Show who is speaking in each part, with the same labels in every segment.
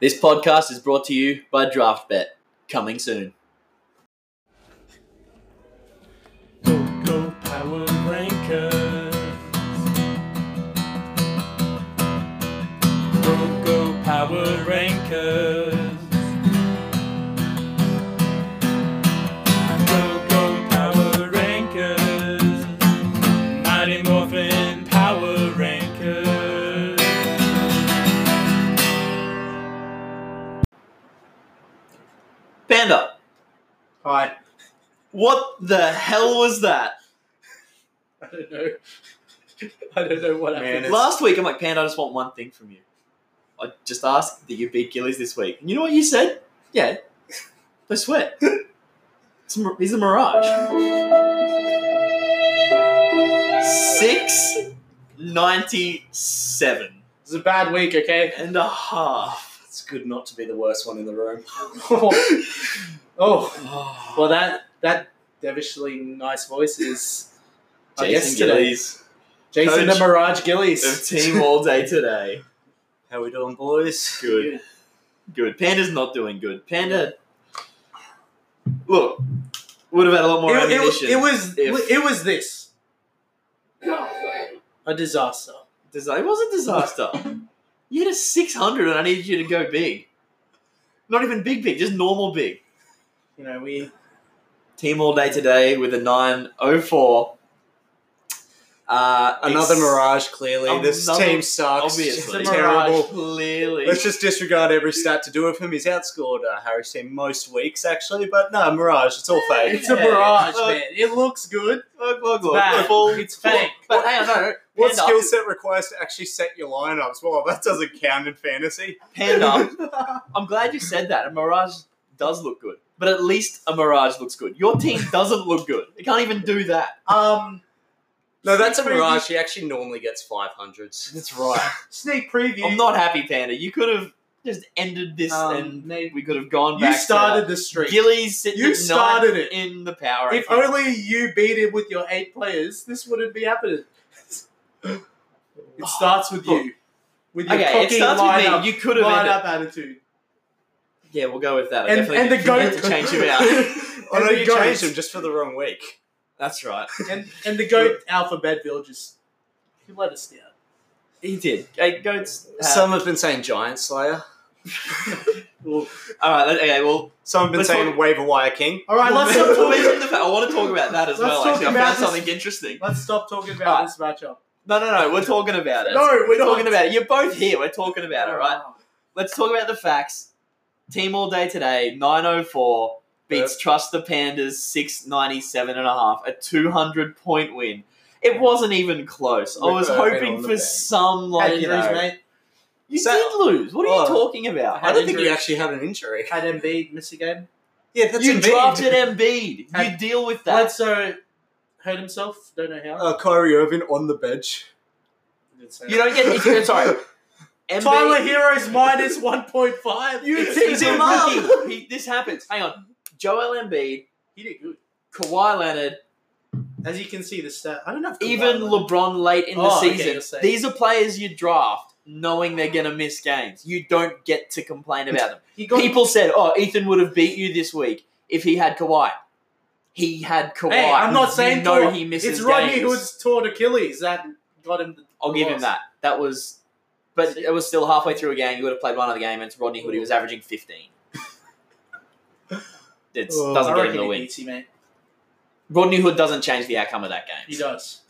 Speaker 1: This podcast is brought to you by DraftBet. Coming soon.
Speaker 2: Go, go, Power Rankers. Go, go, Power Rankers. Go, go, Power Rankers. Mighty Morphin Power Rankers.
Speaker 1: Panda,
Speaker 3: Hi.
Speaker 1: what the hell was that?
Speaker 2: I don't know. I don't know what
Speaker 3: Man,
Speaker 2: happened.
Speaker 3: it's-
Speaker 1: Last week, I'm like, Panda, I just want one thing from you. I just asked that you beat Gillies this week. And you know what you said? Yeah. I swear. It's a, mir- he's a mirage. Six ninety-seven
Speaker 3: It's a bad week, okay?
Speaker 1: and a half.
Speaker 3: It's good not to be the worst one in the room. oh, well, that that devishly nice voice is
Speaker 4: Oh,
Speaker 3: our guest
Speaker 1: Jason
Speaker 3: today.
Speaker 1: Gillies
Speaker 3: Jason
Speaker 1: Coach
Speaker 3: the Mirage
Speaker 1: of
Speaker 3: Gillies.
Speaker 1: Team All Day today.
Speaker 3: How we doing, boys?
Speaker 1: Good. Good. Panda's not doing good. Panda, look, would have had a lot more
Speaker 3: It, it was-
Speaker 1: ammunition.
Speaker 3: it was
Speaker 1: if-
Speaker 3: it was this a disaster.
Speaker 1: Dis- it was a disaster. you had a 600 and I needed you to go big. Not even big, big, just normal big.
Speaker 3: You know, we
Speaker 1: Team all day today with a 904. Uh,
Speaker 4: Another
Speaker 1: ex-
Speaker 4: mirage, clearly. this
Speaker 1: Another-
Speaker 4: team sucks.
Speaker 1: Obviously.
Speaker 3: It's a mirage.
Speaker 4: terrible.
Speaker 1: Clearly.
Speaker 4: Let's just disregard every stat to do with him. He's outscored uh, Harry's team most weeks, actually. But no, mirage. It's all fake.
Speaker 3: it's a
Speaker 1: Yeah. Uh,
Speaker 3: mirage,
Speaker 1: Look.
Speaker 3: man. It looks good.
Speaker 1: look, look,
Speaker 3: It's
Speaker 1: look.
Speaker 3: bad.
Speaker 1: Full-
Speaker 3: It's fake.
Speaker 1: But hang on, no, no.
Speaker 4: What
Speaker 1: Panda,
Speaker 4: skill set requires to actually set your lineups? Well, that doesn't count in fantasy.
Speaker 1: Panda, I'm glad you said that. A mirage does look good, but at least a mirage looks good. Your team doesn't look good. It can't even do that.
Speaker 3: Um,
Speaker 4: No, that's a
Speaker 3: Sneak preview.
Speaker 4: mirage. He actually normally gets 500s.
Speaker 3: That's right. Sneak preview.
Speaker 1: I'm not happy, Panda. You could have just ended this,
Speaker 3: Um,
Speaker 1: and
Speaker 3: maybe-
Speaker 1: we could have gone
Speaker 3: You
Speaker 1: back.
Speaker 3: started the streak.
Speaker 1: To Gillies sitting
Speaker 3: You
Speaker 1: at ninth
Speaker 3: started it.
Speaker 1: in the power.
Speaker 3: If
Speaker 1: rankings.
Speaker 3: only you beat him with your eight players, this wouldn't be happening. it starts with you. With your
Speaker 1: okay, it
Speaker 3: cocky
Speaker 1: starts
Speaker 3: lineup,
Speaker 1: with me. You could have ended.
Speaker 3: lineup attitude.
Speaker 1: Yeah, we'll go with that. I
Speaker 3: And,
Speaker 1: definitely
Speaker 3: and the
Speaker 1: need
Speaker 3: goat.
Speaker 1: to change him out.
Speaker 4: Oh, no,
Speaker 3: and, the
Speaker 4: you changed him
Speaker 3: goat
Speaker 4: just for the wrong week.
Speaker 1: That's right.
Speaker 3: and, and the goat Alpha Bedville just he let us down.
Speaker 1: He did. Okay, goats.
Speaker 3: Uh,
Speaker 1: have-
Speaker 4: Some have been saying Giant Slayer.
Speaker 3: Well,
Speaker 1: all right. let- Okay. Well,
Speaker 4: Some have been
Speaker 1: Let's
Speaker 4: saying
Speaker 1: talk-
Speaker 4: Waiver Wire King.
Speaker 3: all right,
Speaker 1: let's
Speaker 3: let's
Speaker 1: not
Speaker 3: stop
Speaker 1: talk
Speaker 3: talking.
Speaker 1: about the fact. I want to talk about that as
Speaker 3: Let's
Speaker 1: well.
Speaker 3: talk
Speaker 1: Actually, I
Speaker 3: about
Speaker 1: found
Speaker 3: this-
Speaker 1: something interesting.
Speaker 3: Let's stop talking about
Speaker 1: Alright.
Speaker 3: this matchup.
Speaker 1: No, no, no. We're talking about it.
Speaker 3: No, we're not.
Speaker 1: talking about it. You're both here. We're talking about it, right? Let's talk about the facts. Team all day today, 904 beats Trust the Pandas 697 and a half, a 200 point win. It wasn't even close. I was
Speaker 4: Referring
Speaker 1: hoping
Speaker 4: on
Speaker 1: for
Speaker 4: the bank.
Speaker 1: some like
Speaker 3: Had
Speaker 1: you
Speaker 3: injuries,
Speaker 1: know,
Speaker 3: mate.
Speaker 1: You
Speaker 4: So-
Speaker 1: did lose. What are you
Speaker 4: Oh.
Speaker 1: talking about?
Speaker 3: Had
Speaker 4: I don't think he
Speaker 3: injury.
Speaker 4: actually had an injury.
Speaker 3: Had Embiid miss a game.
Speaker 4: Yeah, that's
Speaker 1: you
Speaker 4: Embiid.
Speaker 1: drafted Embiid. You
Speaker 3: Had-
Speaker 1: deal with that.
Speaker 3: Bledsoe hurt himself. Don't know how.
Speaker 4: uh, Kyrie Irving on the bench.
Speaker 1: You don't get. it's- Sorry, Embiid.
Speaker 3: Tyler Heroes minus 1.5.
Speaker 1: you teased him up. He- This happens. Hang on. Joel Embiid,
Speaker 3: He did good.
Speaker 1: Kawhi Leonard,
Speaker 3: As you can see, the stat. I don't know if
Speaker 1: even LeBron late in the
Speaker 3: Oh, okay,
Speaker 1: season.
Speaker 3: you're saying-
Speaker 1: These are players you draft knowing they're going to miss games. You don't get to complain about them.
Speaker 3: he got
Speaker 1: People said, "Oh, Ethan would have beat you this week if he had Kawhi." He had Kawhi.
Speaker 3: Hey, I'm not saying
Speaker 1: you know
Speaker 3: Kawhi.
Speaker 1: he misses
Speaker 3: It's Rodney
Speaker 1: games.
Speaker 3: Hood's torn Achilles that got him. The
Speaker 1: I'll give him
Speaker 3: loss.
Speaker 1: that. That was, but it was still halfway through a game. You would have played one other game, and it's Rodney Hood. He was averaging 15. It
Speaker 4: Oh.
Speaker 1: doesn't
Speaker 3: I
Speaker 1: get him
Speaker 3: reckon
Speaker 1: the
Speaker 3: he
Speaker 1: win.
Speaker 3: beats you, mate.
Speaker 1: Rodney Hood doesn't change the outcome of that
Speaker 3: He
Speaker 1: game.
Speaker 3: does.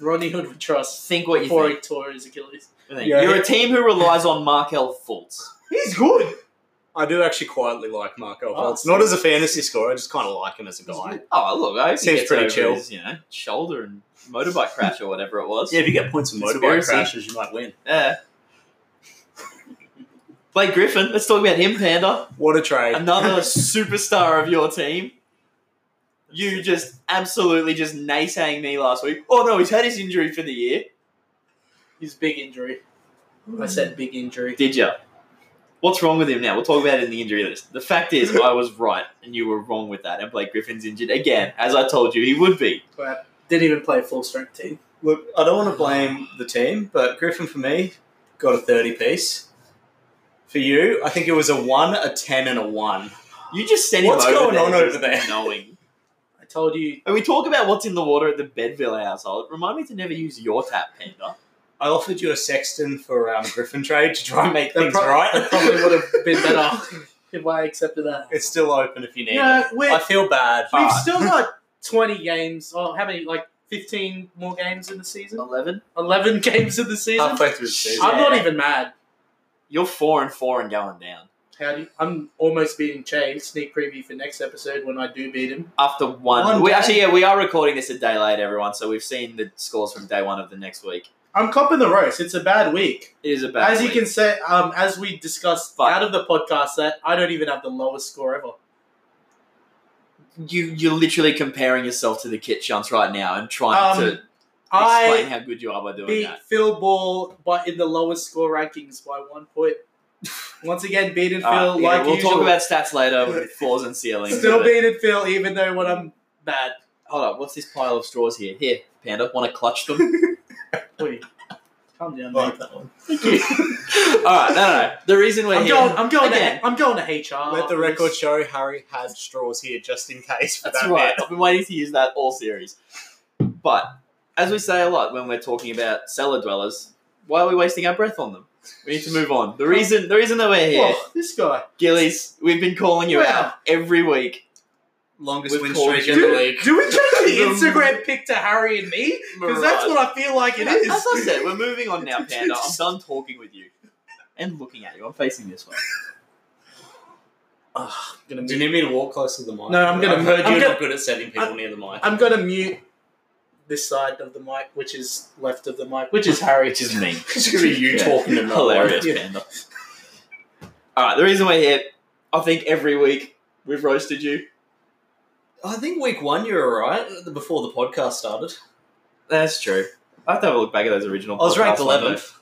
Speaker 3: Rodney Hood would trust
Speaker 1: Think what you
Speaker 3: before
Speaker 1: think.
Speaker 3: he tore his Achilles.
Speaker 1: You think.
Speaker 4: Yeah.
Speaker 1: You're a team who relies on Markel Fultz.
Speaker 3: He's good.
Speaker 4: I do actually quietly like Marco
Speaker 3: Oh,
Speaker 4: Fultz. Not as a fantasy scorer, I just kind of like him as a
Speaker 3: He's
Speaker 4: guy.
Speaker 1: Oh, look, I hope he
Speaker 4: Seems
Speaker 1: gets
Speaker 4: pretty
Speaker 1: over
Speaker 4: chill.
Speaker 1: His, you know, shoulder and motorbike crash or whatever it was.
Speaker 4: Yeah, if you get points from motorbike
Speaker 1: Conspiracy.
Speaker 4: crashes, you might win.
Speaker 1: Yeah. Blake Griffin. Let's talk about him, Panda.
Speaker 4: What a trade.
Speaker 1: another superstar of your team. You just absolutely just naysaying me last week. Oh no, he's had his injury for the year.
Speaker 3: He's big injury. I said big injury.
Speaker 1: Did ya? What's wrong with him now? We'll talk about it in the injury list. The fact is, I was right, and you were wrong with that. And Blake Griffin's injured again, as I told you he would be.
Speaker 3: But didn't even play a full strength team.
Speaker 4: Look, I don't want to blame the team, but Griffin for me got a 30 piece. For you, I think it was a one, a ten, and a one.
Speaker 1: You just sent him
Speaker 4: What's
Speaker 1: over
Speaker 4: going
Speaker 1: there
Speaker 4: on over
Speaker 1: just
Speaker 4: there?
Speaker 1: Knowing.
Speaker 3: I told you.
Speaker 1: And we talk about what's in the water at the Bedville household. Remind me to never use your tap, Panda.
Speaker 4: I offered you a sexton for um, Griffin trade to try and make
Speaker 3: That
Speaker 4: things
Speaker 3: pro-
Speaker 4: right.
Speaker 3: that probably would have been better if I accepted that.
Speaker 4: It's still open if you need
Speaker 3: Yeah,
Speaker 4: it.
Speaker 3: we're,
Speaker 4: I feel bad.
Speaker 3: we've
Speaker 1: Ah.
Speaker 4: but-
Speaker 3: still got 20 games, or how many, like 15 more games in the season?
Speaker 1: Eleven.
Speaker 3: 11 games in the season?
Speaker 4: halfway through the season.
Speaker 3: I'm not
Speaker 1: Yeah.
Speaker 3: even mad.
Speaker 1: You're four and four and going down
Speaker 3: How do you, I'm almost beating Che. Sneak preview for next episode when I do beat him.
Speaker 1: after one.
Speaker 4: One
Speaker 1: we
Speaker 4: day.
Speaker 1: actually, yeah, we are recording this a day late, everyone. So we've seen the scores from day one of the next week.
Speaker 3: I'm copping the roast. It's a bad week.
Speaker 1: It is a bad.
Speaker 3: as
Speaker 1: week.
Speaker 3: you can say, um, as we discussed
Speaker 1: Fuck.
Speaker 3: out of the podcast, that I don't even have the lowest score ever.
Speaker 1: you you're literally comparing yourself to the kit chance right now and trying
Speaker 3: Um,
Speaker 1: to explain
Speaker 3: I
Speaker 1: how good you are by doing
Speaker 3: beat
Speaker 1: that.
Speaker 3: Phil Ball, but in the lowest score rankings by one point. Once again, beating Phil
Speaker 1: Uh, yeah,
Speaker 3: like
Speaker 1: we'll
Speaker 3: usual.
Speaker 1: talk about stats later with floors and ceilings.
Speaker 3: Still
Speaker 1: but-
Speaker 3: beating Phil, even though when I'm bad.
Speaker 1: Hold up, what's this pile of straws here? Here, Panda, want to clutch them?
Speaker 3: Wait, calm down.
Speaker 4: Fuck
Speaker 3: mate.
Speaker 4: that one.
Speaker 1: All right, no, no, no. The reason we're
Speaker 3: I'm
Speaker 1: here.
Speaker 3: going. I'm going.
Speaker 1: Again.
Speaker 3: To, I'm going to HR.
Speaker 4: Let the record show Harry had straws here just in case for
Speaker 1: That's
Speaker 4: that
Speaker 1: right.
Speaker 4: bit.
Speaker 1: I've been waiting to use that all series. But as we say a lot when we're talking about cellar dwellers, why are we wasting our breath on them? We need to move on. The reason, the reason that we're here,
Speaker 3: Whoa, this guy.
Speaker 1: Gillies, we've been calling you
Speaker 3: Wow.
Speaker 1: out every week.
Speaker 4: Longest
Speaker 1: We've
Speaker 4: win
Speaker 1: called
Speaker 4: streak
Speaker 1: you-
Speaker 4: in the
Speaker 1: Dude,
Speaker 4: league.
Speaker 3: Do we change the
Speaker 1: The-
Speaker 3: Instagram pic to Harry and me? Because
Speaker 1: Mirage.
Speaker 3: that's what I feel like it is.
Speaker 1: As I said, we're moving on now, Panda. I'm done talking with you and looking at you. I'm facing this way.
Speaker 3: Ugh, I'm gonna
Speaker 4: Do you need me to walk closer to the mic?
Speaker 3: No, I'm gonna-
Speaker 4: I've heard
Speaker 3: I'm
Speaker 4: you're
Speaker 3: gonna-
Speaker 4: not good at setting people near the mic.
Speaker 3: I'm gonna mute this side of the mic, which is left of the mic, which is Harry.
Speaker 1: Which is me.
Speaker 4: it's gonna be you
Speaker 1: Yeah.
Speaker 4: talking to no one.
Speaker 1: Hilarious,
Speaker 3: Yeah.
Speaker 1: Panda. All right, the reason we're here, I think every week we've roasted you.
Speaker 4: I think week one you were alright before the podcast started.
Speaker 1: That's true. I have to have a look back at those original.
Speaker 4: I was ranked
Speaker 1: podcasts one day.
Speaker 4: eleventh.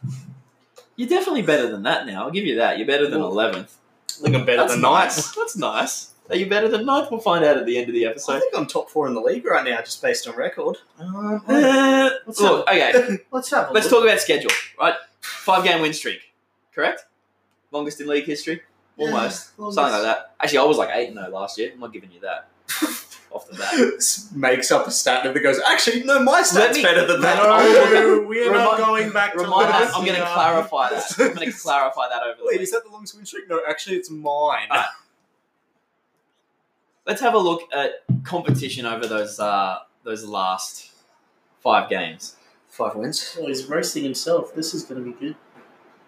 Speaker 1: You're definitely better than that now. I'll give you that. You're better than
Speaker 4: Well,
Speaker 1: eleventh.
Speaker 4: I think I'm better
Speaker 1: That's
Speaker 4: than
Speaker 1: nice.
Speaker 4: ninth.
Speaker 1: That's nice. Are you better than ninth? We'll find out at the end of the
Speaker 4: I
Speaker 1: episode.
Speaker 4: think I'm top four in the league right now, just based on record.
Speaker 1: Uh,
Speaker 3: Let's have
Speaker 1: look, okay.
Speaker 3: Um, Let's have a
Speaker 1: Let's
Speaker 3: look.
Speaker 1: talk about schedule, right? Five game win streak, correct? Longest in league history, almost something like that. Actually, I was like eight and zero last year. I'm not giving you that off the bat.
Speaker 4: Makes up a stat and it goes, actually, no, my
Speaker 1: Let
Speaker 4: stat's
Speaker 1: me-
Speaker 4: better than that.
Speaker 3: No, Oh, we're
Speaker 1: Remind-
Speaker 3: not going back to
Speaker 1: Remind us.
Speaker 3: last
Speaker 1: I'm going to
Speaker 3: year.
Speaker 1: clarify that. I'm going to clarify that over the
Speaker 4: Wait,
Speaker 1: week.
Speaker 4: is that the longest win streak? No, actually, it's mine.
Speaker 1: Ah. Let's have a look at competition over those uh, those last five games.
Speaker 4: Five wins.
Speaker 3: Oh, he's roasting himself. This is going to be good.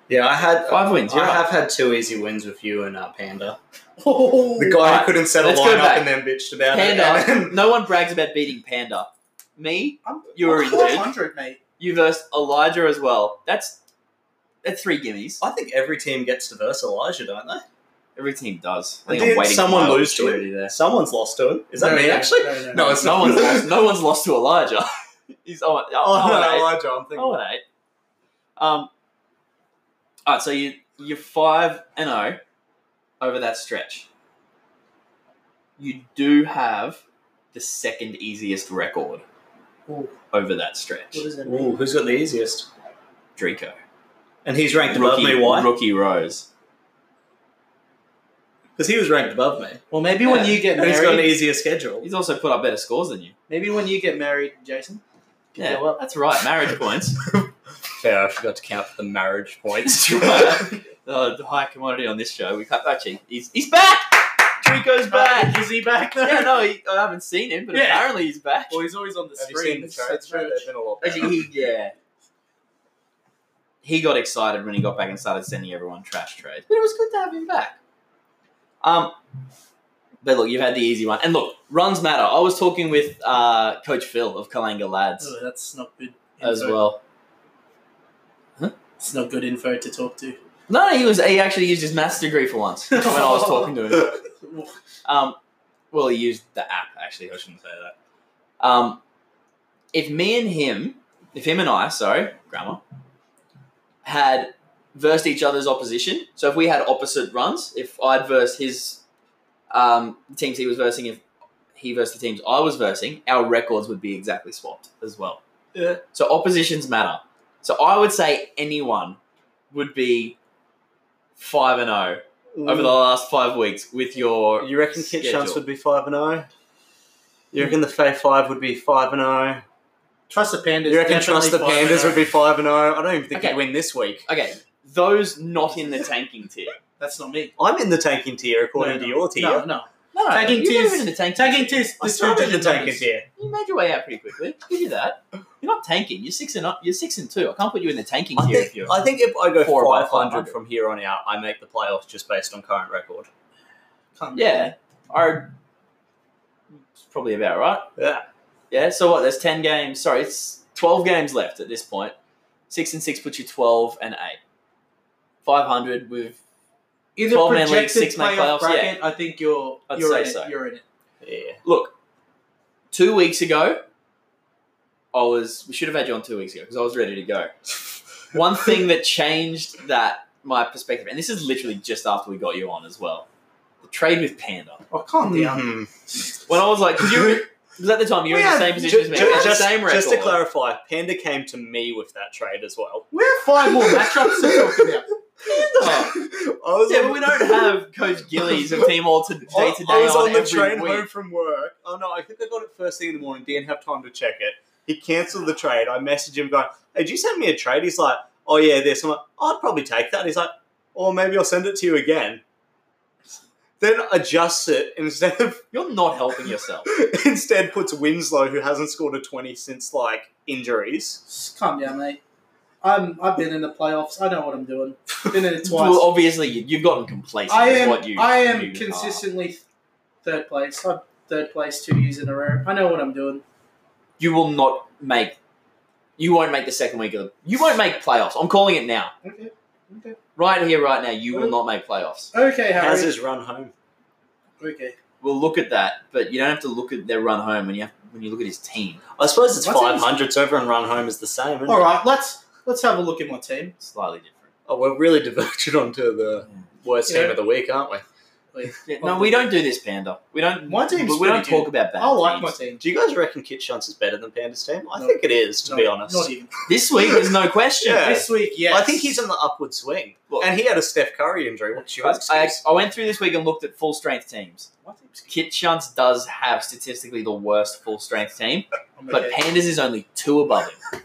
Speaker 4: Yeah, I had.
Speaker 1: Five wins.
Speaker 4: I
Speaker 1: yeah.
Speaker 4: have had two easy wins with you and uh, Panda.
Speaker 3: Oh,
Speaker 4: The guy
Speaker 1: Alright,
Speaker 4: who couldn't set a
Speaker 1: let's go
Speaker 4: lineup
Speaker 1: back.
Speaker 4: and then bitched about it.
Speaker 1: Panda.
Speaker 4: and
Speaker 1: no one brags about beating Panda. Me,
Speaker 3: I'm,
Speaker 1: You were
Speaker 3: I'm
Speaker 1: injured.
Speaker 3: 400, mate.
Speaker 1: you versus Elijah as well. That's that's three gimmies.
Speaker 4: I think every team gets to verse Elijah, don't they?
Speaker 1: Every team does. I
Speaker 4: Did
Speaker 1: think I'm waiting
Speaker 4: someone
Speaker 1: for my
Speaker 4: lose to it?
Speaker 1: opportunity there.
Speaker 4: Someone's lost to him. Is that
Speaker 3: No,
Speaker 4: me,
Speaker 3: no,
Speaker 4: actually?
Speaker 3: No, no,
Speaker 4: No,
Speaker 3: no.
Speaker 4: it's
Speaker 1: No
Speaker 4: not.
Speaker 1: one's lost. No one's lost to Elijah. He's oh, oh,
Speaker 4: Oh,
Speaker 1: oh,
Speaker 4: no,
Speaker 1: eight.
Speaker 4: Elijah, I'm thinking.
Speaker 1: oh and eight. Um. All right, so you you're five and zero over that stretch. You do have the second easiest record
Speaker 3: Ooh,
Speaker 1: over that stretch.
Speaker 3: what does that mean?
Speaker 4: Ooh, who's got the easiest?
Speaker 1: Draco,
Speaker 4: And he's ranked above
Speaker 1: rookie,
Speaker 4: me. Why?
Speaker 1: rookie Rose.
Speaker 4: Because he was ranked above me.
Speaker 3: Well, maybe when you get
Speaker 4: And he's got an
Speaker 3: married,
Speaker 4: easier schedule.
Speaker 1: He's also put up better scores than you.
Speaker 3: maybe when you get married, Jason. you
Speaker 1: Yeah,
Speaker 3: go up.
Speaker 1: that's right. Marriage points.
Speaker 4: Fair, I forgot to count the marriage points.
Speaker 1: Oh, the high commodity on this show. We can't actually. He's he's back. Draco's back.
Speaker 3: Is he back though?
Speaker 1: yeah, no, he, I haven't seen him, but
Speaker 3: Yeah.
Speaker 1: apparently he's back.
Speaker 3: Well, he's always on the
Speaker 4: Have you
Speaker 3: screen.
Speaker 4: seen the trades? They've been a lot better.
Speaker 1: Actually, he, yeah. He got excited when he got back and started sending everyone trash trades. But it was good to have him back. Um, but look, you've had the easy one. And look, runs matter. I was talking with uh, Coach Phil of Kalanga Lads
Speaker 3: Oh, that's not good. Info.
Speaker 1: as well.
Speaker 3: It's not good info to talk to.
Speaker 1: No, he was. He actually used his maths degree for once when I was talking to him. Um, well, he used the app actually. I shouldn't say that. Um, if me and him, if him and I, sorry, grammar, had versed each other's opposition. So if we had opposite runs, if I'd versed his um, teams he was versing, if he versed the teams I was versing, our records would be exactly swapped as well.
Speaker 3: Yeah.
Speaker 1: So oppositions matter. So I would say anyone would be five and zero over the last five weeks with your.
Speaker 4: You reckon Kit
Speaker 1: schedule.
Speaker 4: Chance would be five and zero? You reckon the Fae Five would be five and zero?
Speaker 3: Trust the pandas.
Speaker 4: You reckon
Speaker 3: definitely
Speaker 4: Trust the
Speaker 3: five
Speaker 4: Pandas
Speaker 3: and
Speaker 4: would be five and oh. zero? I don't even think
Speaker 1: Okay.
Speaker 4: they'd win this week.
Speaker 1: Okay, those not in the tanking tier.
Speaker 3: That's not me.
Speaker 4: I'm in the tanking tier according
Speaker 3: No,
Speaker 4: to your tier.
Speaker 3: No, no.
Speaker 1: No,
Speaker 3: Tanking
Speaker 1: you
Speaker 3: tiers-
Speaker 1: were in the tanking.
Speaker 3: Tagging
Speaker 1: tier.
Speaker 3: tears.
Speaker 4: I started the tanking tier.
Speaker 1: You made your way out pretty quickly. You did that. You're not tanking. You're six and up. You're six and two. I can't put you in the tanking
Speaker 4: I
Speaker 1: tier
Speaker 4: think,
Speaker 1: if you're.
Speaker 4: I think if I go
Speaker 1: Four by
Speaker 4: 500,
Speaker 1: 500.
Speaker 4: from here on out, I make the playoffs just based on current record.
Speaker 1: yeah, I. It's probably about right.
Speaker 4: Yeah.
Speaker 1: Yeah. So what? There's ten games. Sorry, it's twelve games left at this point. Six and six puts you twelve and eight. Five hundred with
Speaker 3: Either
Speaker 1: 12 man league,
Speaker 3: projected
Speaker 1: six-man
Speaker 3: playoff
Speaker 1: playoffs,
Speaker 3: bracket, I think you're
Speaker 1: I'd
Speaker 3: you're
Speaker 1: say
Speaker 3: in it.
Speaker 1: so.
Speaker 3: You're in it.
Speaker 4: Yeah.
Speaker 1: two weeks ago. I was. We should have had you on two weeks ago because I was ready to go. One thing that changed that my perspective, and this is literally just after we got you on as well, the trade with Panda.
Speaker 3: Oh, calm
Speaker 1: Mm-hmm.
Speaker 3: down.
Speaker 4: Mhm.
Speaker 1: When I was like, because you were, 'cause at the time you were in the
Speaker 4: Yeah,
Speaker 1: same position as
Speaker 4: ju-
Speaker 1: me,
Speaker 4: ju-
Speaker 1: we had the
Speaker 4: just-
Speaker 1: same record.
Speaker 4: just to clarify, Panda came to me with that trade as well.
Speaker 3: We have five more matchups to talk about.
Speaker 1: Oh.
Speaker 4: I was
Speaker 1: Yeah,
Speaker 4: on-
Speaker 1: but we don't have Coach Gillies of Team All to day
Speaker 4: I-
Speaker 1: to day
Speaker 4: I was
Speaker 1: on,
Speaker 4: on, the
Speaker 1: every
Speaker 4: train
Speaker 1: week.
Speaker 4: home from work. Oh no, I think I got it first thing in the morning. Didn't have time to check it. He cancelled the trade. I messaged him going, "Hey, did you send me a trade?" He's like, "Oh yeah, this." I'm like, "I'd probably take that." He's like, "Or maybe I'll send it to you again." Then adjusts it instead of
Speaker 1: You're not helping yourself.
Speaker 4: instead puts Winslow, who hasn't scored a twenty since like injuries.
Speaker 3: Just calm down, mate. I'm. I've been in the playoffs. I know what I'm doing. Been in it twice.
Speaker 1: Well, obviously, you- you've gotten complacent.
Speaker 3: I
Speaker 1: with
Speaker 3: am.
Speaker 1: What you,
Speaker 3: I
Speaker 1: you
Speaker 3: am
Speaker 1: are.
Speaker 3: consistently third place. I'm third place two years in a row. I know what I'm doing.
Speaker 1: You will not make. You won't make the second week of the. You won't make playoffs. I'm calling it now.
Speaker 3: Okay. Okay.
Speaker 1: Right here, right now, you
Speaker 3: Mm-hmm.
Speaker 1: will not make playoffs.
Speaker 3: Okay,
Speaker 4: How's
Speaker 3: Harry.
Speaker 4: his run home?
Speaker 3: Okay.
Speaker 1: We'll look at that, but you don't have to look at their run home when you have, when you look at his team.
Speaker 4: I suppose it's
Speaker 3: What's his-
Speaker 4: five hundred, so everyone run home is the same. Isn't
Speaker 3: All
Speaker 4: it?
Speaker 3: right. Let's let's have a look at my team.
Speaker 1: Slightly different.
Speaker 4: Oh, we're really diverging onto the worst
Speaker 3: Yeah.
Speaker 4: team of the week, aren't we?
Speaker 1: Yeah, no, we don't do this, Panda. We don't.
Speaker 3: My team's
Speaker 1: but we don't
Speaker 3: pretty
Speaker 1: talk about bad
Speaker 3: I like my
Speaker 1: teams.
Speaker 3: team.
Speaker 4: Do you guys reckon Kit Shunts is better than Panda's team? I
Speaker 3: No.
Speaker 4: think it is, to
Speaker 3: No,
Speaker 4: be honest.
Speaker 3: not even
Speaker 1: This week, there's no question.
Speaker 4: Yeah.
Speaker 3: this week. Yes.
Speaker 4: I think he's on the upward swing.
Speaker 1: Look,
Speaker 4: and he had a Steph Curry injury. What's your
Speaker 1: I, I,
Speaker 4: excuse?
Speaker 1: I went through this week and looked at full strength teams.
Speaker 3: My team's-
Speaker 1: Kit Shunts does have statistically the worst full strength team,
Speaker 3: I'm
Speaker 1: but
Speaker 3: okay.
Speaker 1: Pandas is only two above him.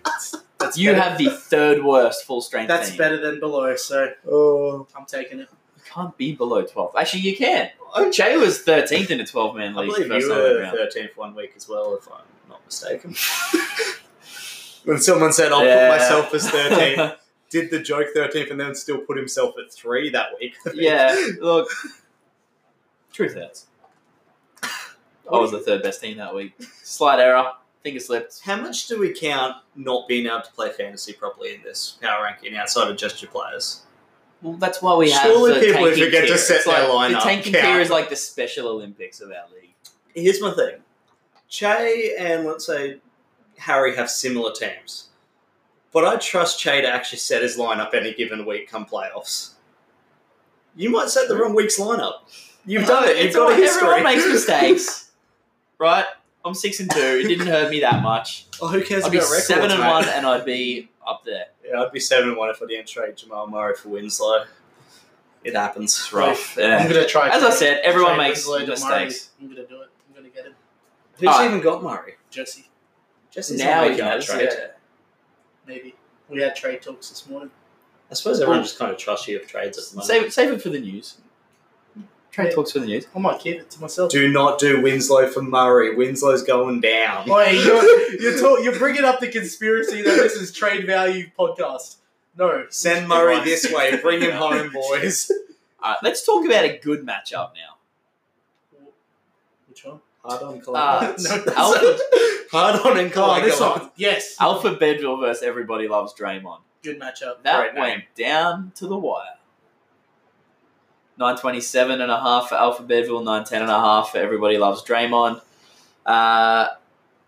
Speaker 3: That's
Speaker 1: you
Speaker 3: better.
Speaker 1: have the third worst full strength
Speaker 3: That's
Speaker 1: team.
Speaker 3: better than below, so
Speaker 4: oh.
Speaker 3: I'm taking it.
Speaker 1: You can't be below 12. Actually, you can. Jay was 13th in a 12 man
Speaker 4: I
Speaker 1: league.
Speaker 4: believe
Speaker 1: first
Speaker 4: you
Speaker 1: time
Speaker 4: were
Speaker 1: around.
Speaker 4: 13th one week as well, if I'm not mistaken. when someone said, I'll
Speaker 1: Yeah.
Speaker 4: put myself as 13th, did the joke 13th, and then still put himself at 3 that week. I think.
Speaker 1: yeah, look. Truth hurts. I
Speaker 4: What
Speaker 1: was
Speaker 4: do
Speaker 1: the third best team that week. Slight error. Finger slipped.
Speaker 4: How much do we count not being able to play fantasy properly in this power ranking outside of just your players?
Speaker 1: Well, that's why we have
Speaker 4: Surely
Speaker 1: the
Speaker 4: people
Speaker 1: tanking
Speaker 4: forget to
Speaker 1: tier.
Speaker 4: set
Speaker 1: It's
Speaker 4: their
Speaker 1: like, The
Speaker 4: lineup
Speaker 1: tanking
Speaker 4: count.
Speaker 1: tier is like the Special Olympics of our league.
Speaker 4: Here's my thing. Che and let's say Harry have similar teams. But I trust Che to actually set his lineup any given week come playoffs. You might set the wrong week's lineup. You've done it. You've
Speaker 1: It's
Speaker 4: got a
Speaker 1: alright,
Speaker 4: history.
Speaker 1: Everyone makes mistakes, right? I'm six and two. It didn't hurt me that much.
Speaker 4: Oh, who cares
Speaker 1: I'd be
Speaker 4: about records,
Speaker 1: seven and
Speaker 4: mate?
Speaker 1: one, and I'd be up there.
Speaker 4: Yeah, I'd be seven and one if I didn't trade Jamal Murray for Winslow. It happens.
Speaker 1: It's rough.
Speaker 3: I'm
Speaker 1: Yeah.
Speaker 3: gonna try.
Speaker 1: As I said, everyone
Speaker 3: Trade
Speaker 1: makes
Speaker 3: Winslow to Murray.
Speaker 1: mistakes.
Speaker 3: I'm gonna do it. I'm gonna get him,
Speaker 4: Who's
Speaker 1: Alright.
Speaker 4: even got Murray?
Speaker 3: Jesse.
Speaker 4: Jesse's
Speaker 1: Now
Speaker 4: not
Speaker 1: he
Speaker 4: making that
Speaker 1: has.
Speaker 4: trade.
Speaker 1: yeah.
Speaker 3: Maybe we had trade talks this morning.
Speaker 4: I suppose everyone just kind of trusts you with trades at the moment.
Speaker 1: Save, save it for the news. Trade
Speaker 3: Yeah.
Speaker 1: talks for the news.
Speaker 3: I might keep it to myself.
Speaker 4: Do not do Winslow for Murray. Winslow's going down.
Speaker 3: Oi, you're you're, talk, you're bringing up the conspiracy that this is trade value podcast. No,
Speaker 4: Send Murray
Speaker 1: Goodbye.
Speaker 4: this way. Bring him home, boys.
Speaker 1: All right, let's talk about a good matchup now.
Speaker 3: which one?
Speaker 4: Hard on
Speaker 1: Uh,
Speaker 3: no, that's-
Speaker 1: Alpha,
Speaker 4: Hard on and
Speaker 3: Oh,
Speaker 4: Clyde.
Speaker 3: this one. Yes,
Speaker 1: Alpha Bedville versus Everybody Loves Draymond.
Speaker 3: good matchup.
Speaker 1: That
Speaker 4: Great name.
Speaker 1: went down to the wire. 927 and a half for Alpha Bedville, 910 and a half for Everybody Loves Draymond. Uh,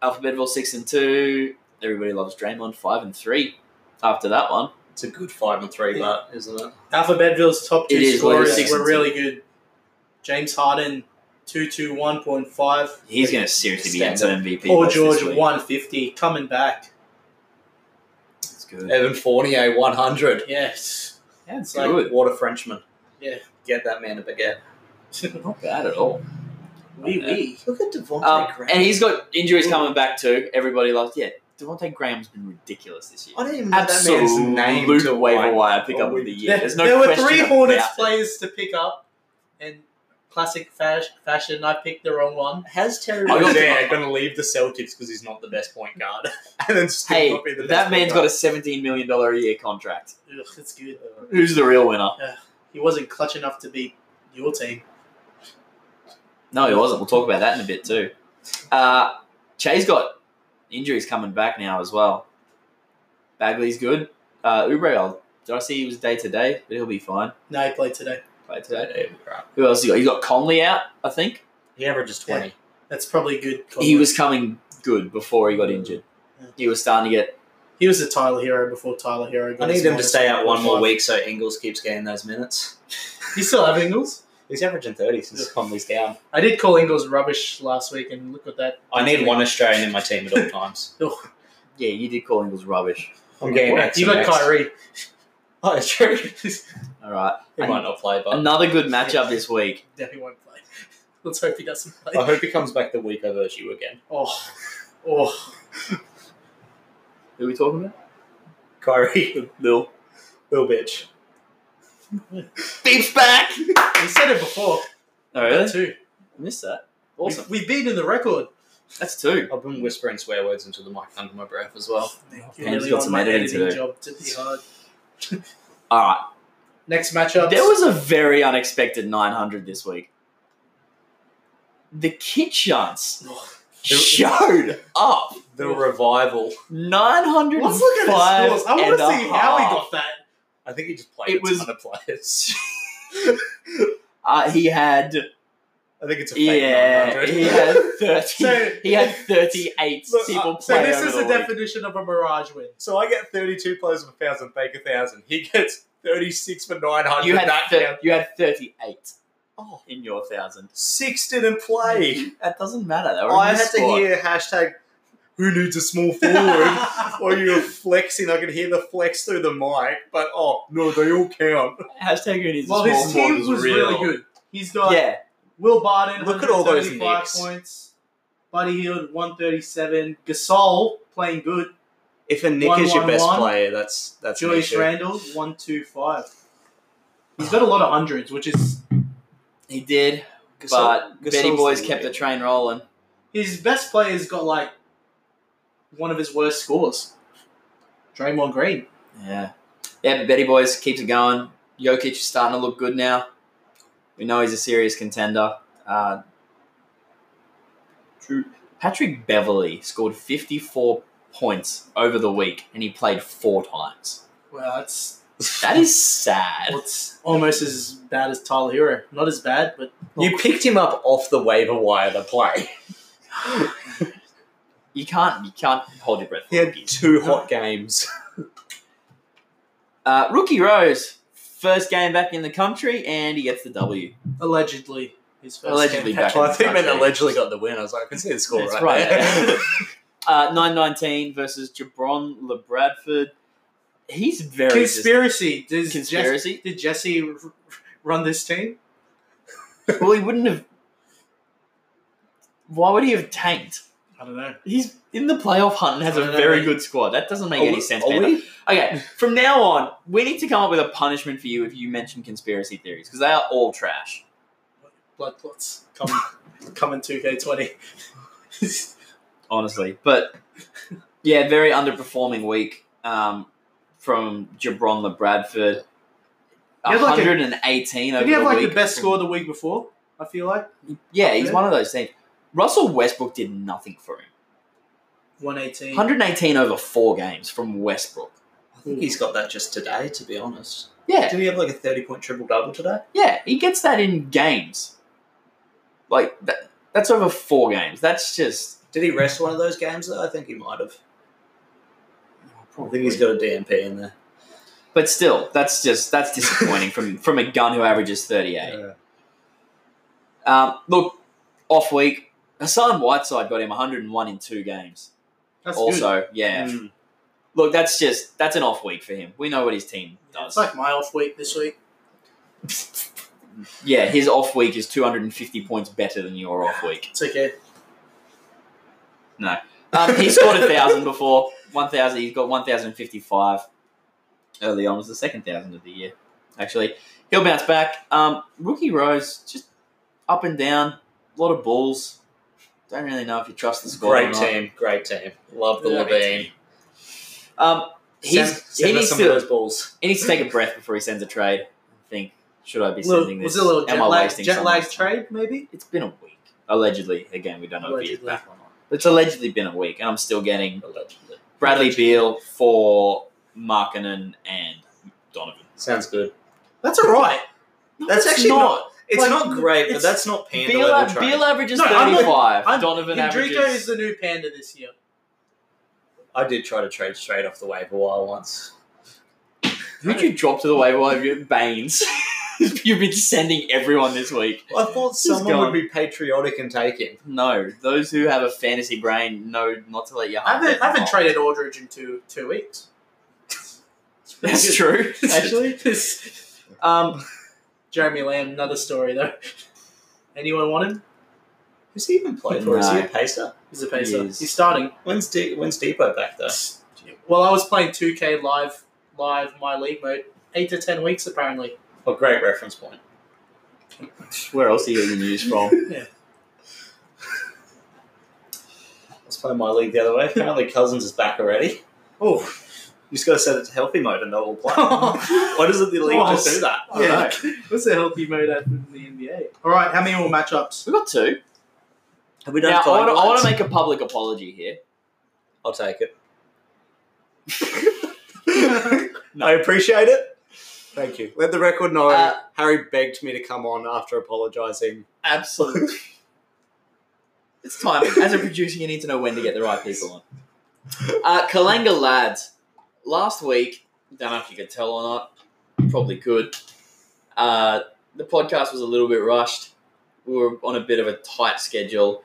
Speaker 1: Alpha Bedville 6 and 2, Everybody Loves Draymond 5 and 3 after that one.
Speaker 4: It's a good five and three, but isn't it?
Speaker 3: Alpha Bedville's top two
Speaker 1: It is, well,
Speaker 4: it's
Speaker 3: scorers
Speaker 4: six
Speaker 3: were
Speaker 1: and
Speaker 3: really good. James Harden, two two one point five.
Speaker 1: He's going to seriously be
Speaker 4: Stand
Speaker 1: into MVP.
Speaker 3: Paul
Speaker 1: votes
Speaker 3: George,
Speaker 1: this week.
Speaker 3: one fifty, coming back.
Speaker 1: That's good.
Speaker 4: Evan Fournier, one hundred.
Speaker 3: Yes,
Speaker 1: Yeah, it's
Speaker 3: like-
Speaker 1: good.
Speaker 4: What a Frenchman.
Speaker 2: Yeah.
Speaker 1: Get that man a baguette.
Speaker 2: Not bad at all.
Speaker 3: Wee wee.
Speaker 2: Look at Devontae
Speaker 1: Um,
Speaker 2: Graham.
Speaker 1: and he's got injuries coming back too. Everybody loves. Yeah, Devontae Graham's been ridiculous this year.
Speaker 2: I don't even know that man's name.
Speaker 1: Absolute
Speaker 2: to
Speaker 1: waiver
Speaker 2: one.
Speaker 1: wire pickup
Speaker 2: Oh,
Speaker 1: of the
Speaker 2: we-
Speaker 1: year.
Speaker 3: There-
Speaker 1: There's no
Speaker 3: there were
Speaker 1: question
Speaker 3: three
Speaker 1: about
Speaker 3: Hornets
Speaker 1: it.
Speaker 3: players to pick up, and classic fash- fashion, I picked the wrong one.
Speaker 2: Has
Speaker 4: Oh,
Speaker 2: Terry
Speaker 1: I got-
Speaker 2: Rozier going to leave the Celtics because he's not the best point guard?
Speaker 4: and then still
Speaker 1: Hey,
Speaker 4: not be the
Speaker 1: that
Speaker 4: best
Speaker 1: man's
Speaker 4: player.
Speaker 1: got a seventeen million dollar a year contract.
Speaker 3: Ugh, it's good.
Speaker 1: Who's the real winner?
Speaker 3: He wasn't clutch enough to beat your team.
Speaker 1: No, he wasn't. We'll talk about that in a bit too. Uh, Che's got injuries coming back now as well. Bagley's good. Uh, Oubre, I'll- did I see he was day to day, but he'll be fine.
Speaker 3: No, he played today.
Speaker 1: Play today. Who else? He got? He got Conley out, I think.
Speaker 2: He averages 20.
Speaker 3: That's probably good.
Speaker 1: He
Speaker 3: comment.
Speaker 1: was coming good before he got injured.
Speaker 3: Yeah.
Speaker 1: He was starting to get.
Speaker 3: he was a Tyler Hero before Tyler Hero. Got
Speaker 2: I need
Speaker 3: his
Speaker 2: him to
Speaker 3: minus
Speaker 2: stay out one more
Speaker 3: 1.5.
Speaker 2: week so Ingles keeps getting those minutes.
Speaker 3: You still have Ingles?
Speaker 2: He's averaging 30 since Conley's down.
Speaker 3: I did call Ingles rubbish last week, and look at that.
Speaker 2: I need one Australian in my team at all times.
Speaker 1: Yeah, you did call Ingles rubbish.
Speaker 2: I'm getting X
Speaker 3: You
Speaker 2: and
Speaker 3: got
Speaker 2: X.
Speaker 3: Kyrie.
Speaker 2: Oh, it's true.
Speaker 1: All right.
Speaker 2: He might not play, but
Speaker 1: Another good matchup this week.
Speaker 3: No, he won't play. Let's hope he doesn't play.
Speaker 2: I hope he comes back the week I verse you again.
Speaker 3: Oh, oh.
Speaker 1: Who are we talking about?
Speaker 2: Kyrie,
Speaker 1: Lil.
Speaker 2: little bitch.
Speaker 1: Beep's back!
Speaker 3: We said it before.
Speaker 1: Oh, really? I
Speaker 3: Two.
Speaker 1: missed that. Awesome.
Speaker 3: We've beaten the record.
Speaker 1: That's two.
Speaker 2: I've been whispering swear words into the mic under my breath as well.
Speaker 1: Pam's got
Speaker 3: want
Speaker 1: some
Speaker 3: my
Speaker 1: editing to do.
Speaker 3: job to be hard.
Speaker 1: All right.
Speaker 3: Next matchup.
Speaker 1: There was a very unexpected 900 this week. The Kitchens showed up
Speaker 2: The revival.
Speaker 3: Let's look at
Speaker 1: 905
Speaker 3: his scores. I want to see how he got that.
Speaker 2: I think he just played
Speaker 1: It
Speaker 2: it
Speaker 1: was-
Speaker 2: was, a ton of players.
Speaker 1: Uh, he had
Speaker 4: I think it's a fake
Speaker 1: yeah,
Speaker 4: 900.
Speaker 1: he had thirty.
Speaker 3: So-
Speaker 1: he had thirty-eight
Speaker 4: Look, uh,
Speaker 1: people
Speaker 3: So
Speaker 1: play
Speaker 3: this
Speaker 1: over
Speaker 3: is
Speaker 1: the
Speaker 3: the
Speaker 1: week.
Speaker 3: definition of a mirage win.
Speaker 4: So I get 32 plays for 1,000, fake 1,000. He gets 36 for 900.
Speaker 1: You had
Speaker 4: that
Speaker 1: thir-
Speaker 4: count.
Speaker 1: you had thirty-eight
Speaker 4: Oh.
Speaker 1: in your thousand.
Speaker 4: Six didn't play.
Speaker 1: That doesn't matter.
Speaker 3: Oh,
Speaker 1: They were
Speaker 4: I
Speaker 1: in the
Speaker 4: had to
Speaker 1: squad.
Speaker 4: hear hashtag, who needs a small forward? or you were flexing. I could hear the flex through the mic. But, oh, no, they all count.
Speaker 1: Hashtag who needs a
Speaker 3: well, his
Speaker 1: small
Speaker 3: team
Speaker 1: forward
Speaker 3: was,
Speaker 1: was
Speaker 3: really
Speaker 1: real.
Speaker 3: good. He's got
Speaker 1: Yeah,
Speaker 3: Will Barton.
Speaker 4: Look at all those
Speaker 3: 135
Speaker 4: Knicks.
Speaker 3: points. Buddy Hield, one thirty-seven. Gasol playing good.
Speaker 2: If a Nick
Speaker 3: One,
Speaker 2: is your
Speaker 3: one,
Speaker 2: best
Speaker 3: one.
Speaker 2: player, that's that's an
Speaker 3: Julius
Speaker 2: issue.
Speaker 3: Randle, one two five. He's got a lot of hundreds, which is
Speaker 1: he did.
Speaker 2: Gasol-
Speaker 1: but
Speaker 2: Gasol's
Speaker 1: Betty Boys
Speaker 2: the
Speaker 1: kept the
Speaker 2: leader.
Speaker 1: train rolling.
Speaker 3: his best player's got like one of his worst scores. Draymond Green.
Speaker 1: Yeah, yeah. But Betty Boys keeps it going. Jokic is starting to look good now. We know he's a serious contender. Uh, Drew- Patrick Beverly scored 54 points over the week, and he played four times.
Speaker 3: Wow, that's
Speaker 1: That is sad.
Speaker 3: it's almost as bad as Tyler Hero. Not as bad, but
Speaker 2: You picked him up off the waiver wire to play.
Speaker 1: You can't you can't hold your breath.
Speaker 2: He had two hot games.
Speaker 1: Uh, Rookie Rose, first game back in the country, and he gets the W.
Speaker 3: allegedly his first
Speaker 1: Allegedly
Speaker 3: game.
Speaker 1: back.
Speaker 2: Well, I think
Speaker 1: That's
Speaker 2: when
Speaker 1: right.
Speaker 2: allegedly got the win, I was like, I can see the score
Speaker 1: That's
Speaker 2: right.
Speaker 1: right.
Speaker 2: there.
Speaker 1: Uh, Nine nineteen versus Jabron LeBradford. He's very
Speaker 3: Conspiracy. Does
Speaker 1: dis-
Speaker 3: Jesse,
Speaker 1: conspiracy.
Speaker 3: did Jesse r- r- run this team?
Speaker 1: well, he wouldn't have. Why would he have tanked?
Speaker 3: I don't know.
Speaker 1: He's in the playoff hunt and has
Speaker 3: I
Speaker 1: a
Speaker 3: don't know.
Speaker 1: very good squad. That doesn't make
Speaker 2: Are
Speaker 1: any
Speaker 2: we-
Speaker 1: sense,
Speaker 2: are
Speaker 1: Panda.
Speaker 2: we?
Speaker 1: Okay, from now on, we need to come up with a punishment for you if you mention conspiracy theories because they are all trash.
Speaker 3: Blood clots coming coming two K twenty.
Speaker 1: honestly. But yeah, very underperforming week um, from Jabron Le Bradford.
Speaker 3: He had like a-
Speaker 1: 118 over
Speaker 3: Did he have
Speaker 1: the
Speaker 3: like
Speaker 1: week
Speaker 3: the best
Speaker 1: from-
Speaker 3: score the week before? I feel like
Speaker 1: Yeah, he's one of those things. Russell Westbrook did nothing for him.
Speaker 3: one eighteen.
Speaker 1: 118 over four games from Westbrook.
Speaker 2: I think he's got that just today, to be honest.
Speaker 1: Yeah,
Speaker 2: Did he have like a 30 point triple double today?
Speaker 1: yeah, he gets that in games. Like that, that's over four games. That's just
Speaker 2: Did he rest one of those games though? I think he might have. I think he's got a DMP in there.
Speaker 1: But still, that's just that's disappointing from from a gun who averages thirty eight. Um, look, off week. Hassan Whiteside got him one hundred and one in two games.
Speaker 3: That's good. Mm.
Speaker 1: also,
Speaker 3: Hmm.
Speaker 1: yeah. Look, that's just that's an off week for him. We know what his team does.
Speaker 3: It's like my off week this week.
Speaker 1: yeah, his off week is 250 points better than your off week.
Speaker 2: It's okay.
Speaker 1: Um, he scored a thousand before. One thousand. He's got one thousand and fifty-five. Early on was the second thousand of the year. Actually, he'll bounce back. Um, rookie Rose just up and down. A lot of balls. Don't really know if you trust the score. or
Speaker 2: Great
Speaker 1: not.
Speaker 2: team. Great team. Love the
Speaker 1: Yeah.
Speaker 2: Levine.
Speaker 1: Um, he's,
Speaker 2: Send, send
Speaker 1: he
Speaker 2: us
Speaker 1: needs
Speaker 2: some
Speaker 1: to
Speaker 2: of those balls.
Speaker 1: he needs to take a breath before he sends a trade. and Think should I be
Speaker 3: Little,
Speaker 1: sending this?
Speaker 3: was it a little
Speaker 1: Am
Speaker 3: jet
Speaker 1: I
Speaker 3: lag,
Speaker 1: wasting
Speaker 3: jet lag
Speaker 1: someone's time?
Speaker 3: trade, maybe?
Speaker 1: It's been a week allegedly. Again, we don't know if he's
Speaker 3: Allegedly.
Speaker 1: back or not. But It's allegedly been a week, and I'm still getting
Speaker 2: Allegedly.
Speaker 1: Bradley Beal for Markinen and Donovan.
Speaker 2: Sounds good.
Speaker 3: That's all right.
Speaker 1: No,
Speaker 2: That's
Speaker 1: it's
Speaker 2: actually It's
Speaker 3: Like,
Speaker 2: not great, but
Speaker 3: it's-
Speaker 2: that's not panda
Speaker 1: Beal,
Speaker 2: level trade.
Speaker 1: Beal averages
Speaker 3: No, I'm not-
Speaker 1: 35.
Speaker 3: I'm-
Speaker 1: Donovan
Speaker 3: Rodrigo
Speaker 1: averages.
Speaker 3: is the new panda this year.
Speaker 2: I did try to trade straight off the waiver wire once.
Speaker 1: Who'd you drop to the waiver wire? You- Baines. You've been sending everyone this week.
Speaker 2: I thought someone would be patriotic and take him.
Speaker 1: No, those who have a fantasy brain know not to let your
Speaker 3: I
Speaker 1: heart.
Speaker 3: haven't, I haven't
Speaker 1: get
Speaker 3: traded Aldridge in two two weeks.
Speaker 1: involved. That's true. Actually, um,
Speaker 3: Jeremy Lamb, another story though. Anyone want him?
Speaker 2: Who's he even played for? Is he a
Speaker 1: No.
Speaker 2: pacer?
Speaker 3: He's a pacer.
Speaker 1: He is.
Speaker 3: He's starting.
Speaker 2: When's, De- when's Depot back though?
Speaker 3: Well, I was playing 2K live, live my league mode. Eight to ten weeks apparently.
Speaker 2: Oh, great reference point.
Speaker 1: where else are you getting the news from?
Speaker 2: Let's play my league the other way. Apparently, Cousins is back already.
Speaker 3: Oh,
Speaker 2: You just got to set it to healthy mode and they'll all play.
Speaker 3: What's
Speaker 2: Why doesn't the league
Speaker 3: Oh,
Speaker 2: just do that?
Speaker 1: I don't know.
Speaker 3: a healthy mode up in the NBA? All right, how many more matchups?
Speaker 1: We've got two.
Speaker 2: Have we
Speaker 1: Now, I
Speaker 2: time
Speaker 1: wanna- I want
Speaker 2: limits?
Speaker 1: to make a public apology here.
Speaker 2: I'll take it.
Speaker 1: No.
Speaker 4: I appreciate it. Thank you. Let the record know
Speaker 1: Uh,
Speaker 4: Harry begged me to come on after apologising.
Speaker 1: Absolutely. it's timing. As a producer, you need to know when to get the right people on. Uh, Kalenga lads, last week, don't know if you could tell or not, probably could. Uh, the podcast was a little bit rushed. We were on a bit of a tight schedule,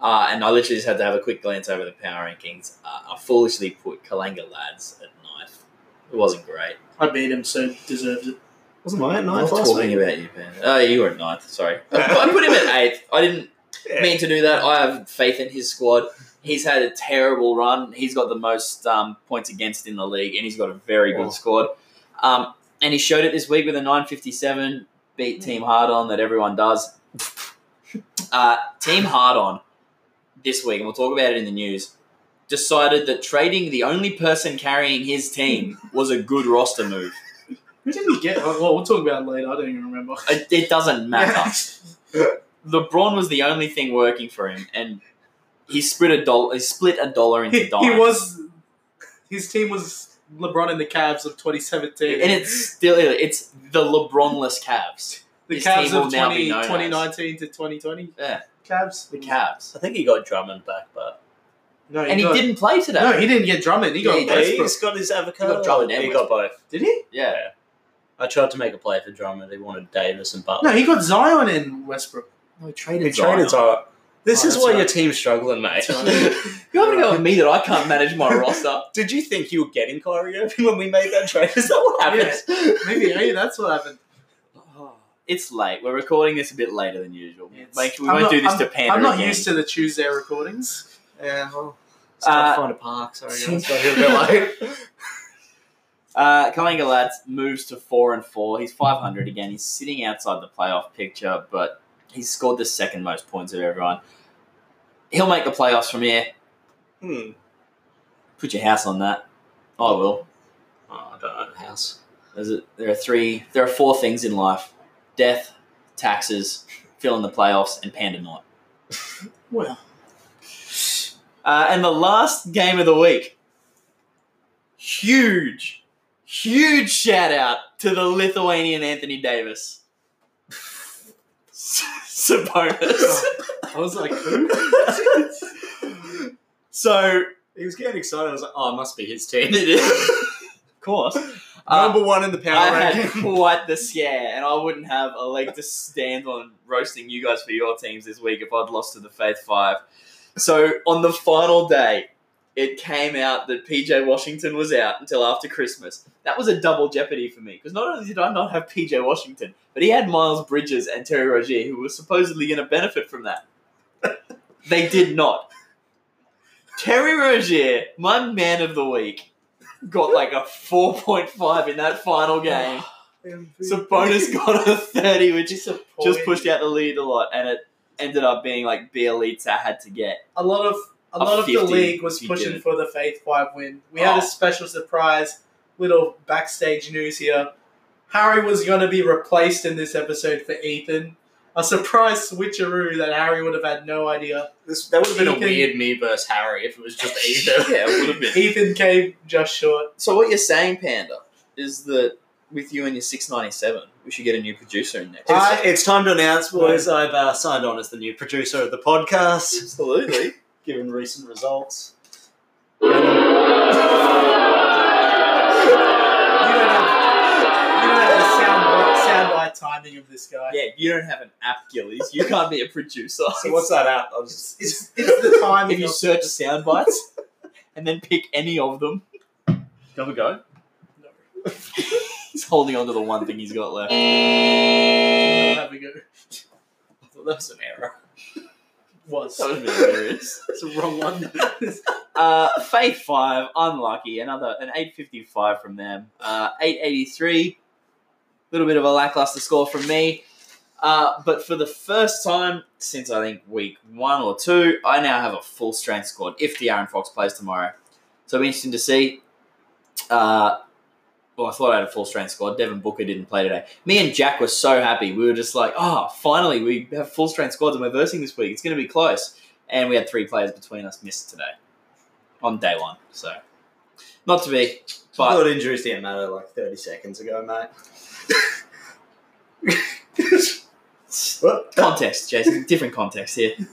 Speaker 1: uh, and I literally just had to have a quick glance over the power rankings. Uh, I foolishly put Kalenga lads at ninth. It wasn't great.
Speaker 3: I beat him, so deserves it.
Speaker 4: Wasn't I at
Speaker 1: I'm
Speaker 4: ninth last
Speaker 1: talking
Speaker 4: week?
Speaker 1: about you, Ben. Oh, you were at ninth. Sorry, I put him at eighth. I didn't
Speaker 4: Yeah.
Speaker 1: mean to do that. I have faith in his squad. He's had a terrible run. He's got the most um, points against in the league, and he's got a very good
Speaker 4: Wow.
Speaker 1: squad. Um, and he showed it this week with a 957, beat Team Hard On that everyone does. Uh, Team Hard On this week, and we'll talk about it in the news, decided that trading the only person carrying his team was a good roster move.
Speaker 3: Who did he get? Oh, Well, we'll talk about it later. I don't even remember.
Speaker 1: It, it doesn't matter. LeBron was the only thing working for him, and he split a dollar. He split a dollar
Speaker 3: he,
Speaker 1: into
Speaker 3: he
Speaker 1: dimes.
Speaker 3: was. His team was LeBron and the Cavs of 2017.
Speaker 1: and it's still it's the LeBronless Cavs.
Speaker 3: the
Speaker 1: his
Speaker 3: Cavs
Speaker 1: team will
Speaker 3: of
Speaker 1: now
Speaker 3: 20,
Speaker 1: be known as-
Speaker 3: 2019 to 2020.
Speaker 1: Yeah.
Speaker 3: Cavs.
Speaker 1: The Cavs,
Speaker 2: I think he got Drummond back, but
Speaker 3: No, he
Speaker 1: and he
Speaker 3: got,
Speaker 1: didn't play today.
Speaker 3: No, he didn't get Drummond. He
Speaker 1: Yeah,
Speaker 3: got
Speaker 1: he did.
Speaker 2: Hey,
Speaker 3: Westbrook.
Speaker 2: he's got his avocado.
Speaker 1: He got Drummond and
Speaker 2: He got both.
Speaker 3: Did he?
Speaker 1: yeah,
Speaker 2: I tried to make a play for Drummond. He wanted Davis and Butler.
Speaker 3: No, he got Zion and Westbrook.
Speaker 1: no, he traded.
Speaker 2: He traded Zion. This
Speaker 3: Oh,
Speaker 2: is
Speaker 3: that's
Speaker 2: why
Speaker 3: right.
Speaker 2: your team's struggling, mate.
Speaker 3: That's
Speaker 1: You're having a go at me that I can't manage my roster.
Speaker 2: Did you think you were getting Kyrie Irving when we made that trade? Is that what happened?
Speaker 3: Maybe hey, that's what happened.
Speaker 1: It's late. We're recording this a bit later than usual.
Speaker 3: It's-
Speaker 1: Make sure we
Speaker 3: I'm
Speaker 1: won't
Speaker 3: not-
Speaker 1: do this to Panda
Speaker 3: I'm not
Speaker 1: again.
Speaker 3: used to the Tuesday recordings.
Speaker 2: Yeah, well,
Speaker 1: it's hard to
Speaker 2: find a park. Sorry,
Speaker 1: guys.
Speaker 2: Got here Uh, a bit late.
Speaker 1: Uh, Kalinga Lads moves to four and four. He's five hundred again. He's sitting outside the playoff picture, but he's scored the second most points of everyone. He'll make the playoffs from here.
Speaker 4: Hmm.
Speaker 1: Put your house on that. I will.
Speaker 2: Oh, I don't know house.
Speaker 1: There's a, there are three. There are four things in life: death, taxes, fill in the playoffs, and panda night.
Speaker 3: Well,
Speaker 1: Uh, and the last game of the week. Huge, huge shout out to the Lithuanian Anthony Davis. S- Sabonis.
Speaker 3: I was like,
Speaker 1: so,
Speaker 4: He was getting excited. I was like,
Speaker 2: Oh, it must be his team.
Speaker 1: of course. Uh,
Speaker 4: number one in the power
Speaker 1: I had
Speaker 4: ranking.
Speaker 1: quite the scare, and I wouldn't have a leg to stand on roasting you guys for your teams this week if I'd lost to the Faith Five. So on the final day, it came out that PJ Washington was out until after Christmas. That was a double jeopardy for me because not only did I not have PJ Washington, but he had Miles Bridges and Terry Rozier, who were supposedly going to benefit from that. they did not. Terry Rozier, my man of the week, got like a 4.5 in that final game. So bonus got a 30, which is just pushed out the lead a lot, and it ended up being like barely to had to get.
Speaker 3: A lot of a
Speaker 1: Up
Speaker 3: lot of
Speaker 1: 50,
Speaker 3: the league was
Speaker 1: if you
Speaker 3: pushing
Speaker 1: didn't.
Speaker 3: for the Faith Five win. We had
Speaker 1: Oh.
Speaker 3: a special surprise, little backstage news here. Harry was going to be replaced in this episode for Ethan. A surprise switcheroo that Harry would have had no idea.
Speaker 2: This, that would have been a
Speaker 3: Ethan-
Speaker 2: weird me versus Harry if it was just either.
Speaker 1: Yeah, it would have been.
Speaker 3: Ethan came just short.
Speaker 1: So what you're saying, Panda, is that with you and your 697, we should get a new producer in next.
Speaker 3: I-
Speaker 4: It's, it's time to announce, boys, I've uh, signed on as the new producer of the podcast,
Speaker 1: Absolutely.
Speaker 4: given recent results.
Speaker 3: You don't have, you don't have the sound, sound bite timing of this guy.
Speaker 1: yeah, you don't have an app, Gillies. You can't be a producer.
Speaker 4: So, what's that app? I'll just,
Speaker 3: It's, it's, it's the timing.
Speaker 1: if you
Speaker 3: of-
Speaker 1: search sound bites and then pick any of them,
Speaker 4: have a go.
Speaker 3: No,
Speaker 1: he's holding on to the one thing he's got left.
Speaker 3: I'm not having it.
Speaker 2: I thought that was an error.
Speaker 3: Was.
Speaker 1: That would have been hilarious.
Speaker 2: It's the wrong one.
Speaker 1: Uh, Faith five, unlucky. Another an eight fifty five from them. Uh, eight eighty three. Little bit of a lackluster score from me. Uh, but for the first time since I think week one or two, I now have a full strength squad. If the Aaron Fox plays tomorrow, so it'll be interesting to see. Uh, well, I thought I had a full strength squad. Devin Booker didn't play today. Me and Jack were so happy. We were just like, oh, finally we have full strength squads and we're versing this week. It's going to be close. And we had three players between us miss today on day one. So, not to be,
Speaker 4: I
Speaker 1: but
Speaker 4: thought injuries didn't matter like 30 seconds ago, mate. What?
Speaker 1: context, Jason, different context here.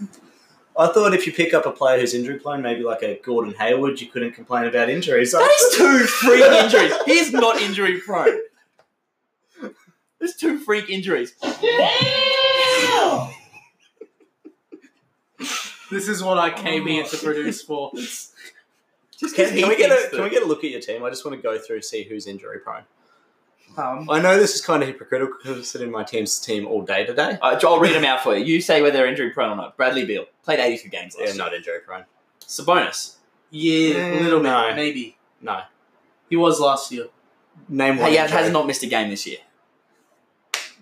Speaker 4: I thought if you pick up a player who's injury prone, maybe like a Gordon Hayward, you couldn't complain about injuries.
Speaker 1: That is two freak injuries. He's not injury prone. There's two freak injuries.
Speaker 3: This is what I came here to produce for.
Speaker 1: Just
Speaker 4: Can,
Speaker 1: 'cause he
Speaker 4: can we get
Speaker 1: thinks
Speaker 4: a
Speaker 1: that-
Speaker 4: can we get a look at your team? I just want to go through see who's injury prone.
Speaker 3: Um,
Speaker 4: I know this is kind of hypocritical because I sit in my team's team all day today.
Speaker 1: Uh, I'll read them out for you. You say whether they're injury prone or not. Bradley Beal played 82 games last
Speaker 4: Yeah,
Speaker 1: year.
Speaker 4: not injury prone.
Speaker 1: Sabonis.
Speaker 3: yeah,
Speaker 4: Mm,
Speaker 3: a little
Speaker 4: no.
Speaker 3: bit, maybe.
Speaker 4: No,
Speaker 3: He was last year.
Speaker 4: name one.
Speaker 1: Hey, yeah,
Speaker 4: injury.
Speaker 1: has not missed a game this year.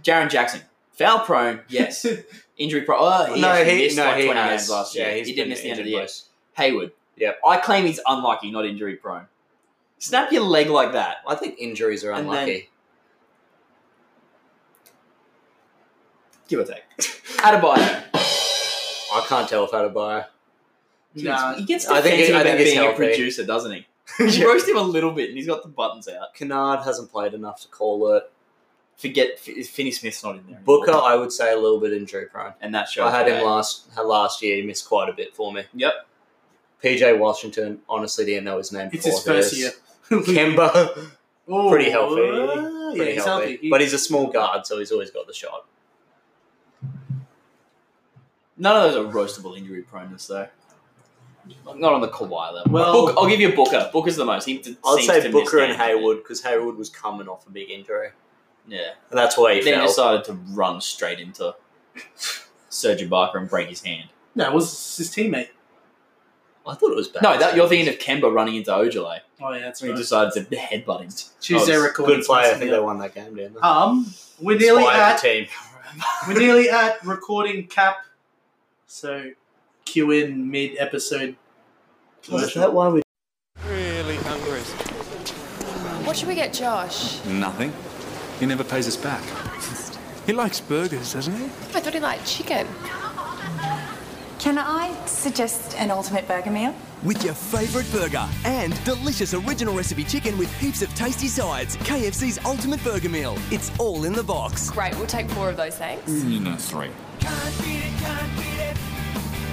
Speaker 1: Jaron Jackson. Foul prone, yes. Injury prone. Oh, he
Speaker 4: no,
Speaker 1: actually
Speaker 4: he,
Speaker 1: missed
Speaker 4: no,
Speaker 1: like
Speaker 4: he
Speaker 1: 20
Speaker 4: has.
Speaker 1: games last year.
Speaker 4: Yeah, he's
Speaker 1: he did
Speaker 4: been
Speaker 1: miss the end of
Speaker 4: injured
Speaker 1: the year.
Speaker 4: most.
Speaker 1: Hayward.
Speaker 4: Yep.
Speaker 1: I claim he's unlucky, not injury prone. Snap your leg like that.
Speaker 4: I think injuries are
Speaker 1: And then-
Speaker 4: unlucky.
Speaker 1: Give or take. Adebayo.
Speaker 4: I can't tell if I had a buy.
Speaker 3: Nah,
Speaker 1: he gets
Speaker 4: I
Speaker 1: defensive
Speaker 4: think he- I
Speaker 1: about
Speaker 4: think he's
Speaker 1: being a
Speaker 4: healthy.
Speaker 1: producer, doesn't he? You roast him a little bit, and he's got the buttons out.
Speaker 4: Kennard hasn't played enough to call it.
Speaker 1: Forget F- Finney Smith's not in there. anymore.
Speaker 4: Booker, I would say a little bit injury prone.
Speaker 1: and that show.
Speaker 4: I had him last had last year. He missed quite a bit for me.
Speaker 1: Yep.
Speaker 4: PJ Washington, honestly, didn't know his name.
Speaker 3: It's
Speaker 4: before
Speaker 3: his first
Speaker 4: this.
Speaker 3: year.
Speaker 4: Kemba.
Speaker 3: Oh,
Speaker 4: Pretty healthy.
Speaker 3: uh, yeah,
Speaker 4: pretty
Speaker 3: he's
Speaker 4: healthy.
Speaker 3: healthy. He-
Speaker 4: but he's a small guard, so he's always got the shot.
Speaker 1: None of those are roastable injury proneness though. Not on the Kawhi level.
Speaker 3: Well-
Speaker 1: Book, I'll give you Booker. Booker's the most. He d-
Speaker 4: I'd
Speaker 1: seems
Speaker 4: say
Speaker 1: to miss
Speaker 4: Booker and
Speaker 1: games, doesn't he?
Speaker 4: Hayward because Hayward was coming off a big injury,
Speaker 1: Yeah.
Speaker 4: and that's why he
Speaker 1: then he
Speaker 4: fell.
Speaker 1: decided to run straight into Serge Ibaka and break his hand.
Speaker 3: no, it was his teammate.
Speaker 4: I thought it was bad.
Speaker 1: No, that, you're thinking of Kemba running into Ojale.
Speaker 3: Oh yeah, that's
Speaker 1: So he
Speaker 3: right.
Speaker 1: decided to headbutt him.
Speaker 3: Tuesday
Speaker 1: Oh, it's
Speaker 3: recording.
Speaker 4: good play. I think they won that game, didn't
Speaker 1: Uh,
Speaker 4: they?
Speaker 3: Um, we're nearly
Speaker 4: Inspired
Speaker 3: at
Speaker 4: the team.
Speaker 3: we're nearly at recording cap. So, cue in mid episode.
Speaker 4: Is that why we?
Speaker 5: What should we get Josh?
Speaker 6: Nothing. He never pays us back. He likes burgers, doesn't he?
Speaker 5: I thought he liked chicken.
Speaker 7: Can I suggest an ultimate burger meal?
Speaker 8: With your favourite burger and delicious original recipe chicken with heaps of tasty sides, KFC's ultimate burger meal. It's all in the box.
Speaker 5: Great, we'll take four of those, thanks.
Speaker 6: You know, three.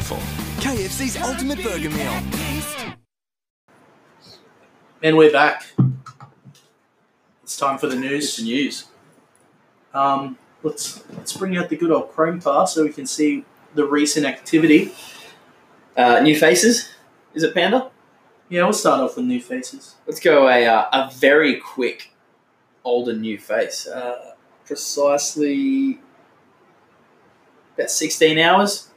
Speaker 6: Four.
Speaker 8: KFC's ultimate burger meal.
Speaker 3: And we're back. It's time for the news.
Speaker 1: news.
Speaker 3: Um, let's let's bring out the good old Chrome bar so we can see the recent activity.
Speaker 1: Uh, new faces? Is it Panda?
Speaker 3: Yeah, we'll start off with new faces.
Speaker 1: Let's go a uh, a very quick old and new face. Uh, precisely about sixteen hours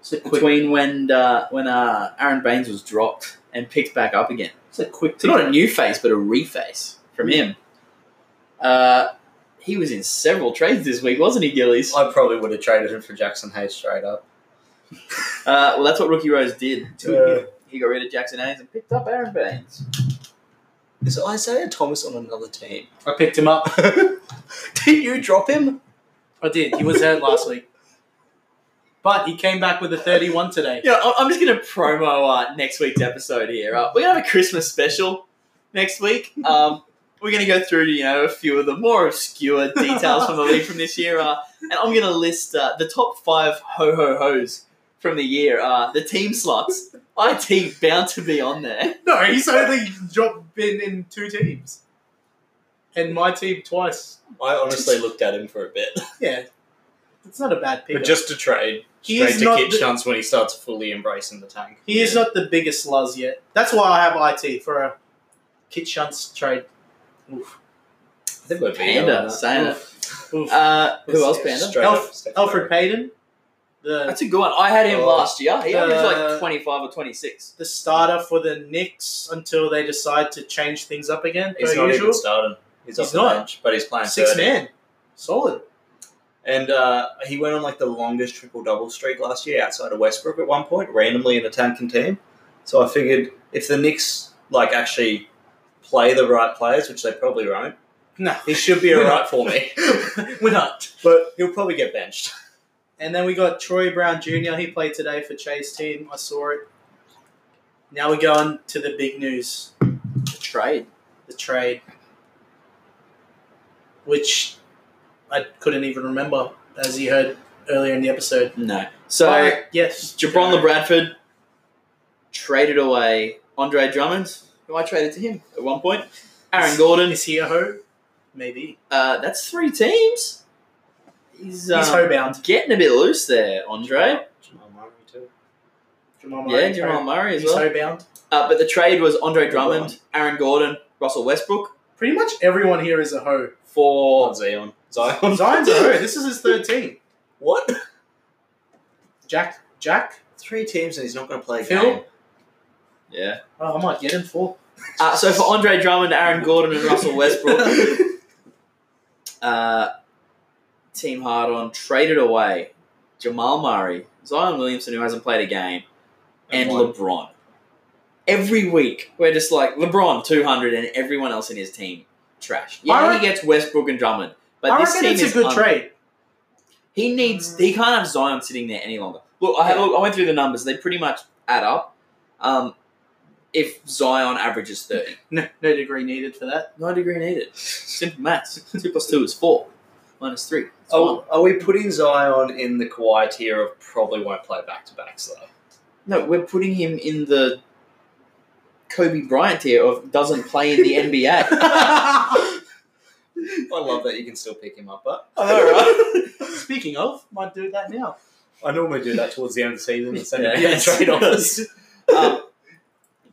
Speaker 3: It's a quick,
Speaker 1: between when uh, when uh, Aaron Baines was dropped and picked back up again.
Speaker 3: it's a quick
Speaker 1: So not a new face, but a reface from him. Uh, he was in several trades this week, wasn't he, Gillies?
Speaker 4: I probably would have traded him for Jackson Hayes straight up.
Speaker 1: Uh, well, that's what Rookie Rose did.
Speaker 4: Yeah.
Speaker 1: He got rid of Jackson Hayes and picked up Aaron Baines.
Speaker 4: Is Isaiah Thomas on another team?
Speaker 3: I picked him up.
Speaker 4: Did you drop him?
Speaker 3: I did. He was out last week. But he came back with a 31 today.
Speaker 1: Yeah, I- I'm just going to promo uh, next week's episode here. Uh, we're going to have a Christmas special next week. Um, we're going to go through, you know, a few of the more obscure details from the league from this year. Uh, and I'm going to list uh, the top five ho-ho-hos from the year. Uh, the team slots. IT bound to be on there.
Speaker 3: No, he's only dropped been in two teams. And my team twice.
Speaker 4: I honestly looked at him for a bit.
Speaker 3: Yeah. It's not a bad pick.
Speaker 4: But just to trade
Speaker 3: He
Speaker 4: straight
Speaker 3: is
Speaker 4: to
Speaker 3: not
Speaker 4: Kip
Speaker 3: the-
Speaker 4: Chance when he starts fully embracing the tank.
Speaker 3: He is not the biggest luz yet. That's why I have IT for a Kit Shunts trade. Oof.
Speaker 4: I think we're being on
Speaker 1: Panda,
Speaker 4: that.
Speaker 1: saying it.
Speaker 3: Oof.
Speaker 1: Uh, who else,
Speaker 4: Yeah,
Speaker 1: Panda?
Speaker 4: straight
Speaker 3: Alf-
Speaker 4: up, straight
Speaker 3: Alfred
Speaker 4: up.
Speaker 3: Payton, the
Speaker 1: That's a good one. I had him
Speaker 4: Oh.
Speaker 1: last year. He averaged
Speaker 3: Uh,
Speaker 1: like 25 or 26.
Speaker 3: the starter for the Knicks until they decide to change things up again.
Speaker 4: He's
Speaker 3: per
Speaker 4: not
Speaker 3: usual.
Speaker 4: even starting. He's,
Speaker 3: He's
Speaker 4: off the
Speaker 3: not.
Speaker 4: bench, but he's playing
Speaker 3: Six
Speaker 4: 30.
Speaker 3: man, solid.
Speaker 4: And uh, he went on like the longest triple double streak last year outside of Westbrook at one point, randomly in a tanking team. So I figured if the Knicks like actually play the right players, which they probably won't,
Speaker 3: No,
Speaker 4: he should be alright for me.
Speaker 3: we're not.
Speaker 4: But he'll probably get benched.
Speaker 3: And then we got Troy Brown Jr. He played today for Chase team. I saw it. Now we go on to the big news,
Speaker 1: Trade.
Speaker 3: the trade, which I couldn't even remember as you heard earlier in the episode.
Speaker 1: No. So,
Speaker 3: But, yes,
Speaker 1: Jabron LeBradford traded away Andre Drummond, who I traded to him at one point. Aaron Gordon.
Speaker 3: is he a hoe? Maybe
Speaker 1: Uh, that's three teams. He's, um,
Speaker 3: he's hoe bound.
Speaker 1: getting a bit loose there, Andre.
Speaker 4: Jamal Murray too.
Speaker 3: Jamal Murray,
Speaker 1: Yeah, Jamal Murray as
Speaker 3: He's
Speaker 1: well.
Speaker 3: hoe bound.
Speaker 1: Uh, but the trade was Andre Drummond, Aaron Gordon, Russell Westbrook
Speaker 3: Pretty much everyone here is a hoe.
Speaker 1: for
Speaker 4: Not Zion. Zion.
Speaker 3: Zion's a hoe. This is his third team.
Speaker 4: What?
Speaker 3: Jack, Jack.
Speaker 4: Three teams and he's not going to play a
Speaker 3: Phil?
Speaker 4: game.
Speaker 1: yeah.
Speaker 3: Oh, I might get him for.
Speaker 1: Uh, so for Andre Drummond, Aaron Gordon, and Russell Westbrook, uh, Team Hardon traded away Jamal Murray, Zion Williamson, who hasn't played a game, and
Speaker 4: one.
Speaker 1: LeBron. Every week, we're just like LeBron 200 and everyone else in his team trash.
Speaker 3: I
Speaker 1: Yeah,
Speaker 3: reckon-
Speaker 1: he gets Westbrook and Drummond, but
Speaker 3: I
Speaker 1: this
Speaker 3: reckon
Speaker 1: team
Speaker 3: it's
Speaker 1: is
Speaker 3: a good
Speaker 1: un-
Speaker 3: trade.
Speaker 1: He needs. He can't have Zion sitting there any longer. Look, I, look, I went through the numbers. They pretty much add up. Um, if Zion averages 30.
Speaker 3: No, no degree needed for that.
Speaker 1: No degree needed. Simple maths. Two plus two is four. Minus three. It's one.
Speaker 4: Oh, are we putting Zion in the Kawhi tier of probably won't play back to backs though?
Speaker 1: No, we're putting him in the Kobe Bryant here of doesn't play in the NBA.
Speaker 4: I love that you can still pick him up, but
Speaker 1: I know, right?
Speaker 3: Speaking of, might do that now.
Speaker 4: I normally do that towards the end of the season and send
Speaker 1: Yeah.
Speaker 4: yeah,
Speaker 1: Yes.
Speaker 4: trade offers.
Speaker 1: Um,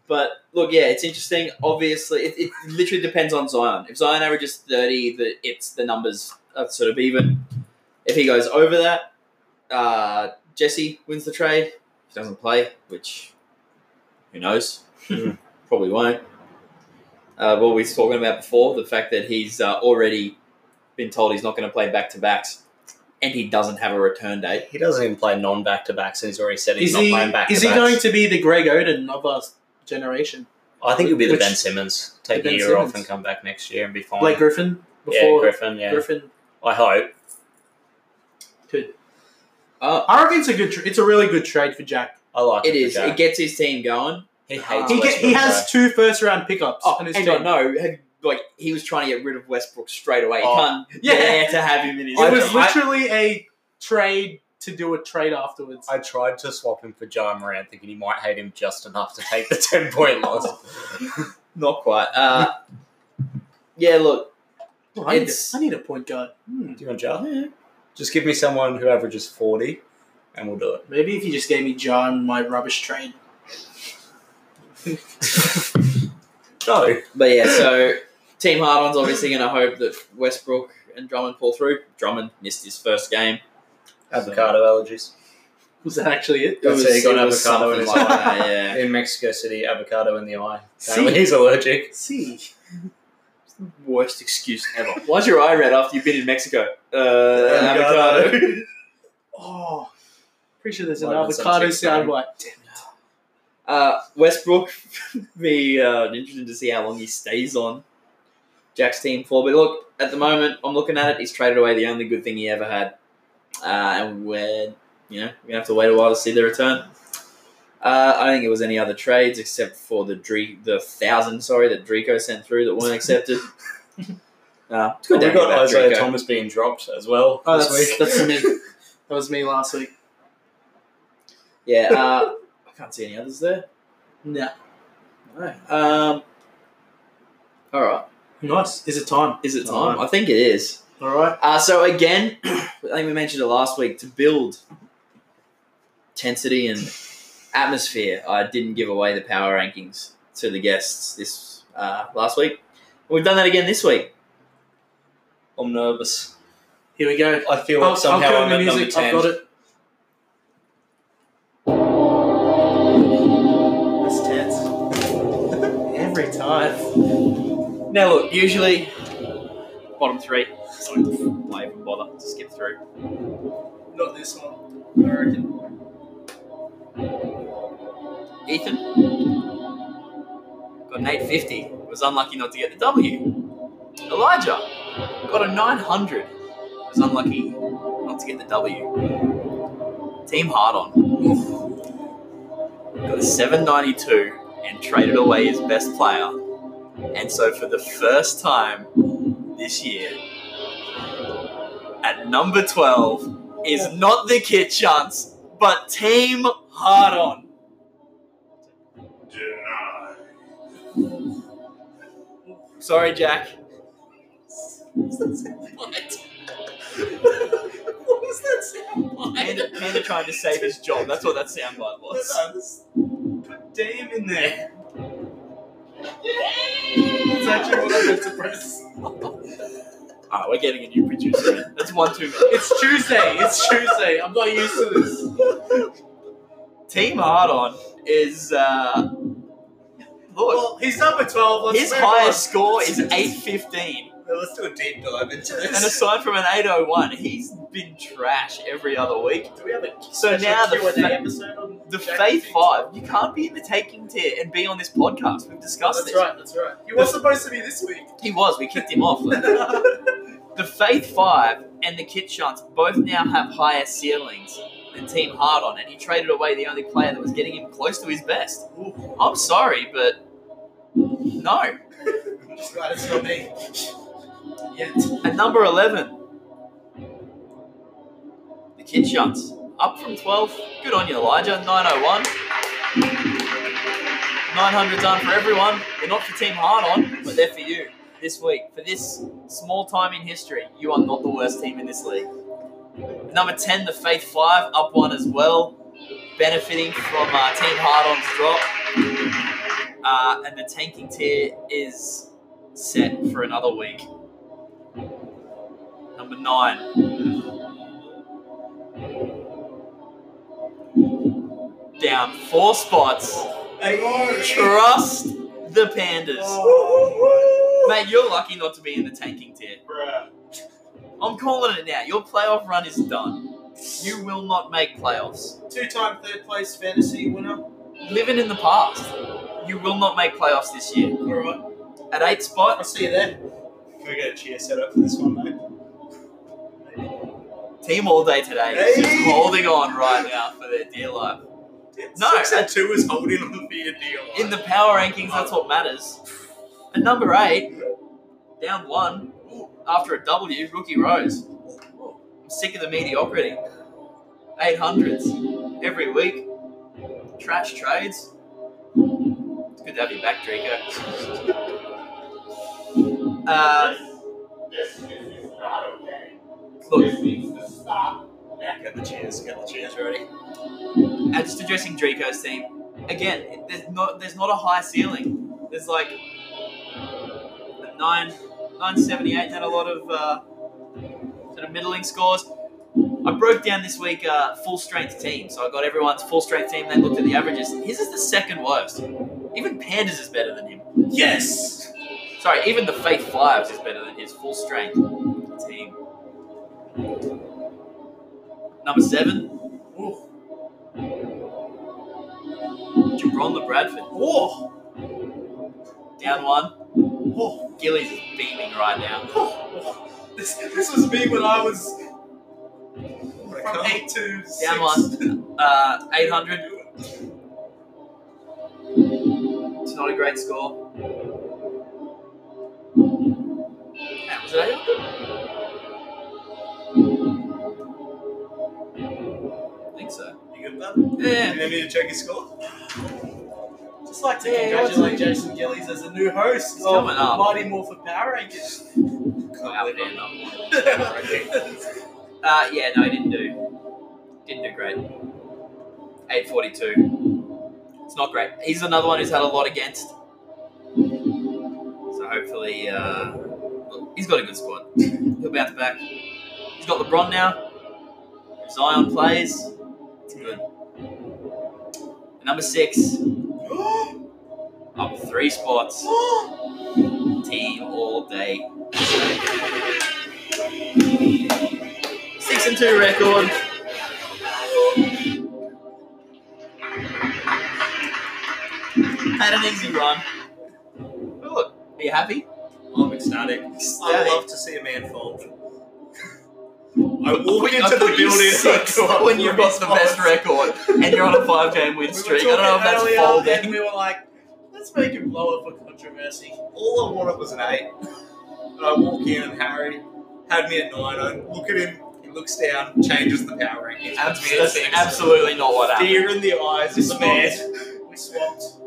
Speaker 1: but look, yeah, it's interesting. Obviously, it, it literally depends on Zion. If Zion averages thirty, the it's the numbers are sort of even. If he goes over that, uh, Jesse wins the trade. If he doesn't play, which who knows,
Speaker 4: Hmm.
Speaker 1: probably won't. Uh, what we were talking about before, the fact that he's uh, already been told he's not going to play back to backs, and he doesn't have a return date.
Speaker 4: He doesn't even play non back to backs, and he's already said he's
Speaker 3: Is
Speaker 4: not
Speaker 3: he,
Speaker 4: playing back to
Speaker 3: is
Speaker 4: backs.
Speaker 3: he going to be the Greg Oden of our generation?
Speaker 4: I think it'll be the
Speaker 3: Which-
Speaker 4: Ben Simmons. Take
Speaker 3: the
Speaker 4: a
Speaker 3: Ben
Speaker 4: year
Speaker 3: Simmons.
Speaker 4: off and come back next year and be fine.
Speaker 3: Blake Griffin?
Speaker 4: Oh. yeah,
Speaker 3: Before
Speaker 4: Griffin. Yeah,
Speaker 3: Griffin
Speaker 4: I hope.
Speaker 3: could.
Speaker 1: Uh,
Speaker 3: I reckon it's a good. Tr- it's a really good trade for Jack.
Speaker 4: I like
Speaker 1: it
Speaker 4: him for
Speaker 1: is.
Speaker 4: Jack.
Speaker 1: It gets his team going.
Speaker 4: he hates.
Speaker 3: He, get, he
Speaker 4: Westbrook,
Speaker 3: has
Speaker 4: though.
Speaker 3: two first round pickups
Speaker 1: Oh,
Speaker 3: on his
Speaker 1: hang
Speaker 3: team.
Speaker 1: on, no, had- like he was trying to get rid of Westbrook straight away. He
Speaker 4: Oh.
Speaker 1: can't
Speaker 3: Yeah.
Speaker 1: dare to have him in his.
Speaker 3: It
Speaker 4: I-
Speaker 3: was
Speaker 4: I-
Speaker 3: literally a trade to do a trade afterwards.
Speaker 4: I tried to swap him for John Moran, thinking he might hate him just enough to take the ten point loss.
Speaker 1: not quite. Uh, yeah, look,
Speaker 3: Oh, I, need a,
Speaker 1: it's-
Speaker 3: I need a point guard. Hmm.
Speaker 4: Do you want John? Just give me someone who averages forty, and we'll do it.
Speaker 3: Maybe if you just gave me John my rubbish trade.
Speaker 2: No.
Speaker 1: But yeah, so Team Hardon's obviously going to hope that Westbrook and Drummond pull through. Drummond missed his first game.
Speaker 2: Avocado allergies.
Speaker 3: Was that actually it?
Speaker 1: It
Speaker 2: That's
Speaker 1: was,
Speaker 2: it, he got
Speaker 1: it was
Speaker 2: avocado in
Speaker 1: something
Speaker 2: his
Speaker 1: like
Speaker 3: eye.
Speaker 1: that, yeah.
Speaker 2: In Mexico City, avocado in the eye. Apparently
Speaker 3: See?
Speaker 2: he's allergic.
Speaker 3: See.
Speaker 1: Worst excuse ever. Why's your eye red after you've been in Mexico? Uh, avocado.
Speaker 3: Oh. Pretty sure there's an
Speaker 2: Might have been some
Speaker 3: avocado
Speaker 2: chick's name.
Speaker 3: soundbite.
Speaker 1: Uh, Westbrook, be uh, interesting to see how long he stays on Jack's team for. But look, at the moment, I'm looking at it. He's traded away the only good thing he ever had, uh, and we're you know we're gonna have to wait a while to see the return. Uh, I don't think it was any other trades except for the Dre- the thousand sorry that Drico sent through that weren't accepted. Uh, it's good
Speaker 2: we
Speaker 1: to hear
Speaker 2: got
Speaker 1: about
Speaker 2: Isaiah
Speaker 1: Drico.
Speaker 2: Thomas being dropped as well
Speaker 3: Oh,
Speaker 2: this
Speaker 3: that's,
Speaker 2: week.
Speaker 3: that's me. That was me last week.
Speaker 1: Yeah, uh, I can't see any others there.
Speaker 3: No.
Speaker 1: No. Um, all right,
Speaker 3: Nice. Is it time?
Speaker 1: is it
Speaker 3: Time.
Speaker 1: time? I think it is.
Speaker 3: All right.
Speaker 1: Uh, so again, I think we mentioned it last week to build intensity and atmosphere. I didn't give away the power rankings to the guests this uh, last week. We've done that again this week.
Speaker 2: I'm nervous.
Speaker 3: Here we go.
Speaker 2: I feel
Speaker 3: I'll,
Speaker 2: like somehow
Speaker 3: I'll
Speaker 2: I'm
Speaker 3: go
Speaker 2: at
Speaker 3: with the
Speaker 2: number
Speaker 3: music. I've
Speaker 2: 10.
Speaker 3: got it. That's tense. Every time.
Speaker 1: Now look, usually bottom three, so why even bother to skip through?
Speaker 3: Not this one.
Speaker 1: I reckon. Ethan got an 850. Was unlucky not to get the W. Elijah got a 900. Was unlucky not to get the W. Team Hard on got a 792 and traded away his best player. And so for the first time this year, at number 12 is not the Kit Chance, but Team Hard on. Sorry, Jack.
Speaker 3: What was that sound
Speaker 1: Panda, Panda trying to save his job. That's what that soundbite was.
Speaker 3: Put Dame in there. That's actually what I meant to press.
Speaker 1: Ah, we're getting a new producer. in. That's one too many.
Speaker 3: It's Tuesday. It's Tuesday. I'm not used to this.
Speaker 1: Team Hard on is uh, look.
Speaker 3: Well, he's number 12. Let's
Speaker 1: His
Speaker 3: move
Speaker 1: highest score is 815,
Speaker 2: Let's do a deep dive into
Speaker 1: and aside from an 801, he's been trash every other week.
Speaker 3: on. Do we have a
Speaker 1: So
Speaker 3: special
Speaker 1: now the
Speaker 3: Q&A
Speaker 1: fa-
Speaker 3: episode on
Speaker 1: The
Speaker 3: Jack
Speaker 1: Faith
Speaker 3: Phoenix?
Speaker 1: Five, you can't be in the taking tier and be on this podcast. We've discussed
Speaker 3: Oh, That's
Speaker 1: this.
Speaker 3: right. That's right. He was supposed to be this week.
Speaker 1: He was. We kicked him off. the Faith Five and the Kit Shunts both now have higher ceilings than Team Hard on, and he traded away the only player that was getting him close to his best. I'm sorry, but no.
Speaker 3: Just glad it's not me. Yet.
Speaker 1: At number 11, the Kit Shunts. Up from 12. Good on you, Elijah. 901. 900 done for everyone. They're not for Team Hard on, but they're for you this week. For this small time in history, you are not the worst team in this league. At number 10, the Faith 5, up one as well, benefiting from uh, Team Hard on's drop. Uh, and the tanking tier is set for another week. Number nine. Down four spots. Trust the pandas. Mate, you're lucky not to be in the tanking tier. I'm calling it now. Your playoff run is done. You will not make playoffs.
Speaker 3: Two-time third place fantasy winner.
Speaker 1: Living in the past. You will not make playoffs this year.
Speaker 3: All right.
Speaker 1: At eight spot,
Speaker 3: I'll see you there.
Speaker 4: Can we get a cheer set up for this one, mate?
Speaker 1: team all day today is just holding on right now for their dear life. No,
Speaker 4: Six and two is holding on for your deal.
Speaker 1: In the power rankings, that's what matters. At number eight, down one, after a W, Rookie Rose. I'm sick of the mediocrity. 800s every week. Trash trades. It's good to have you back, Draco. Uh, look,
Speaker 4: Get the cheers, get the cheers ready.
Speaker 1: uh, just addressing Draco's team. again, it- there's not there's not a high ceiling. There's like a nine nine seventy eight had a lot of uh, sort of middling scores. I broke down this week uh, full strength team, so I got everyone's full strength team. Then looked at the averages. His is the second worst. Even Pandas is better than him.
Speaker 3: Yes!
Speaker 1: Sorry, even the Faith Fives is better than his full strength team. Number seven,
Speaker 3: Ooh.
Speaker 1: Jabron the Bradford.
Speaker 3: Ooh.
Speaker 1: Down one.
Speaker 3: Ooh.
Speaker 1: Gillies is beaming right now.
Speaker 3: This, this was me when I was from
Speaker 2: Come.
Speaker 3: 8 to 6.
Speaker 1: Down one. Uh, 800. It's not a great score. That was it 800? I think so.
Speaker 2: You good with that?
Speaker 1: Yeah.
Speaker 2: Do you need me to check his score?
Speaker 3: Just like to
Speaker 1: Yeah, yeah,
Speaker 3: congratulate Jason Gillies as a new host
Speaker 1: It's
Speaker 3: of
Speaker 1: coming up.
Speaker 3: Mighty Morphin Power Rangers.
Speaker 1: Wow, man, I'm- Uh, yeah, no, he didn't do. Didn't do great. 842. It's not great. He's another one who's had a lot against. So hopefully, uh, look, he's got a good squad. He'll bounce back. He's got LeBron now. If Zion plays, it's good. And number six,
Speaker 3: Oh,
Speaker 1: up three spots. Team all day. Six and two record. Had an easy run. Look, are you happy?
Speaker 2: I'm ecstatic. I
Speaker 1: Ecstatic.
Speaker 2: love to see a man fold. I walk
Speaker 1: Wait,
Speaker 2: into
Speaker 1: thought
Speaker 2: the
Speaker 1: you
Speaker 2: building
Speaker 1: six when you've got the best record and you're on a five game win
Speaker 3: We were
Speaker 1: streak. I don't know if
Speaker 3: talking
Speaker 1: that's
Speaker 3: earlier and
Speaker 1: folding.
Speaker 3: we were like, let's make him lower for controversy.
Speaker 2: All I wanted was an eight. And I walk in and Harry had me at nine. I look at him, he looks down, changes the power rankings. puts
Speaker 1: Abs-
Speaker 2: me at
Speaker 1: That's
Speaker 2: six.
Speaker 1: absolutely not what happened.
Speaker 2: Fear in the eyes of the man.
Speaker 3: We swapped.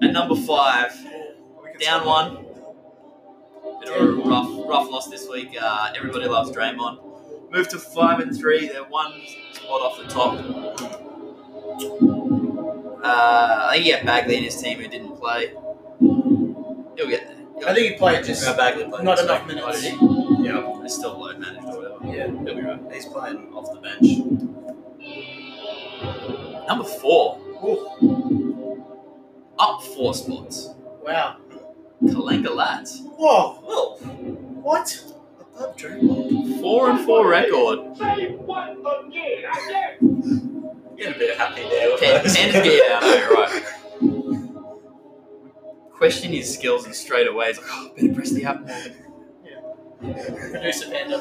Speaker 1: And number five,
Speaker 2: We can
Speaker 1: down
Speaker 2: stop.
Speaker 1: one. Bit of a rough, rough loss this week. Uh, everybody loves Draymond. Moved to five and three. They're one spot off the top. Uh, I think he had Bagley in his team who didn't play. He'll get there. He'll-
Speaker 3: I think he played just
Speaker 2: No, Bagley played.
Speaker 3: not
Speaker 2: this
Speaker 3: enough
Speaker 1: Oh, did
Speaker 3: minutes.
Speaker 1: he?
Speaker 2: week. Yeah,
Speaker 1: It's still low managed or whatever.
Speaker 2: yeah.
Speaker 1: He'll be right.
Speaker 2: He's playing off the bench.
Speaker 1: Number four.
Speaker 3: Ooh.
Speaker 1: Up four spots.
Speaker 3: Wow.
Speaker 1: Kalenga Lads.
Speaker 3: Whoa.
Speaker 2: Well,
Speaker 3: What?
Speaker 2: above Draymond.
Speaker 1: Four and four record.
Speaker 2: Getting a bit happy there. with
Speaker 1: Ten,
Speaker 2: those.
Speaker 1: ten is getting out of it, right. Question his skills and straight away it's like, oh, better press the app more.
Speaker 3: Producer Panda.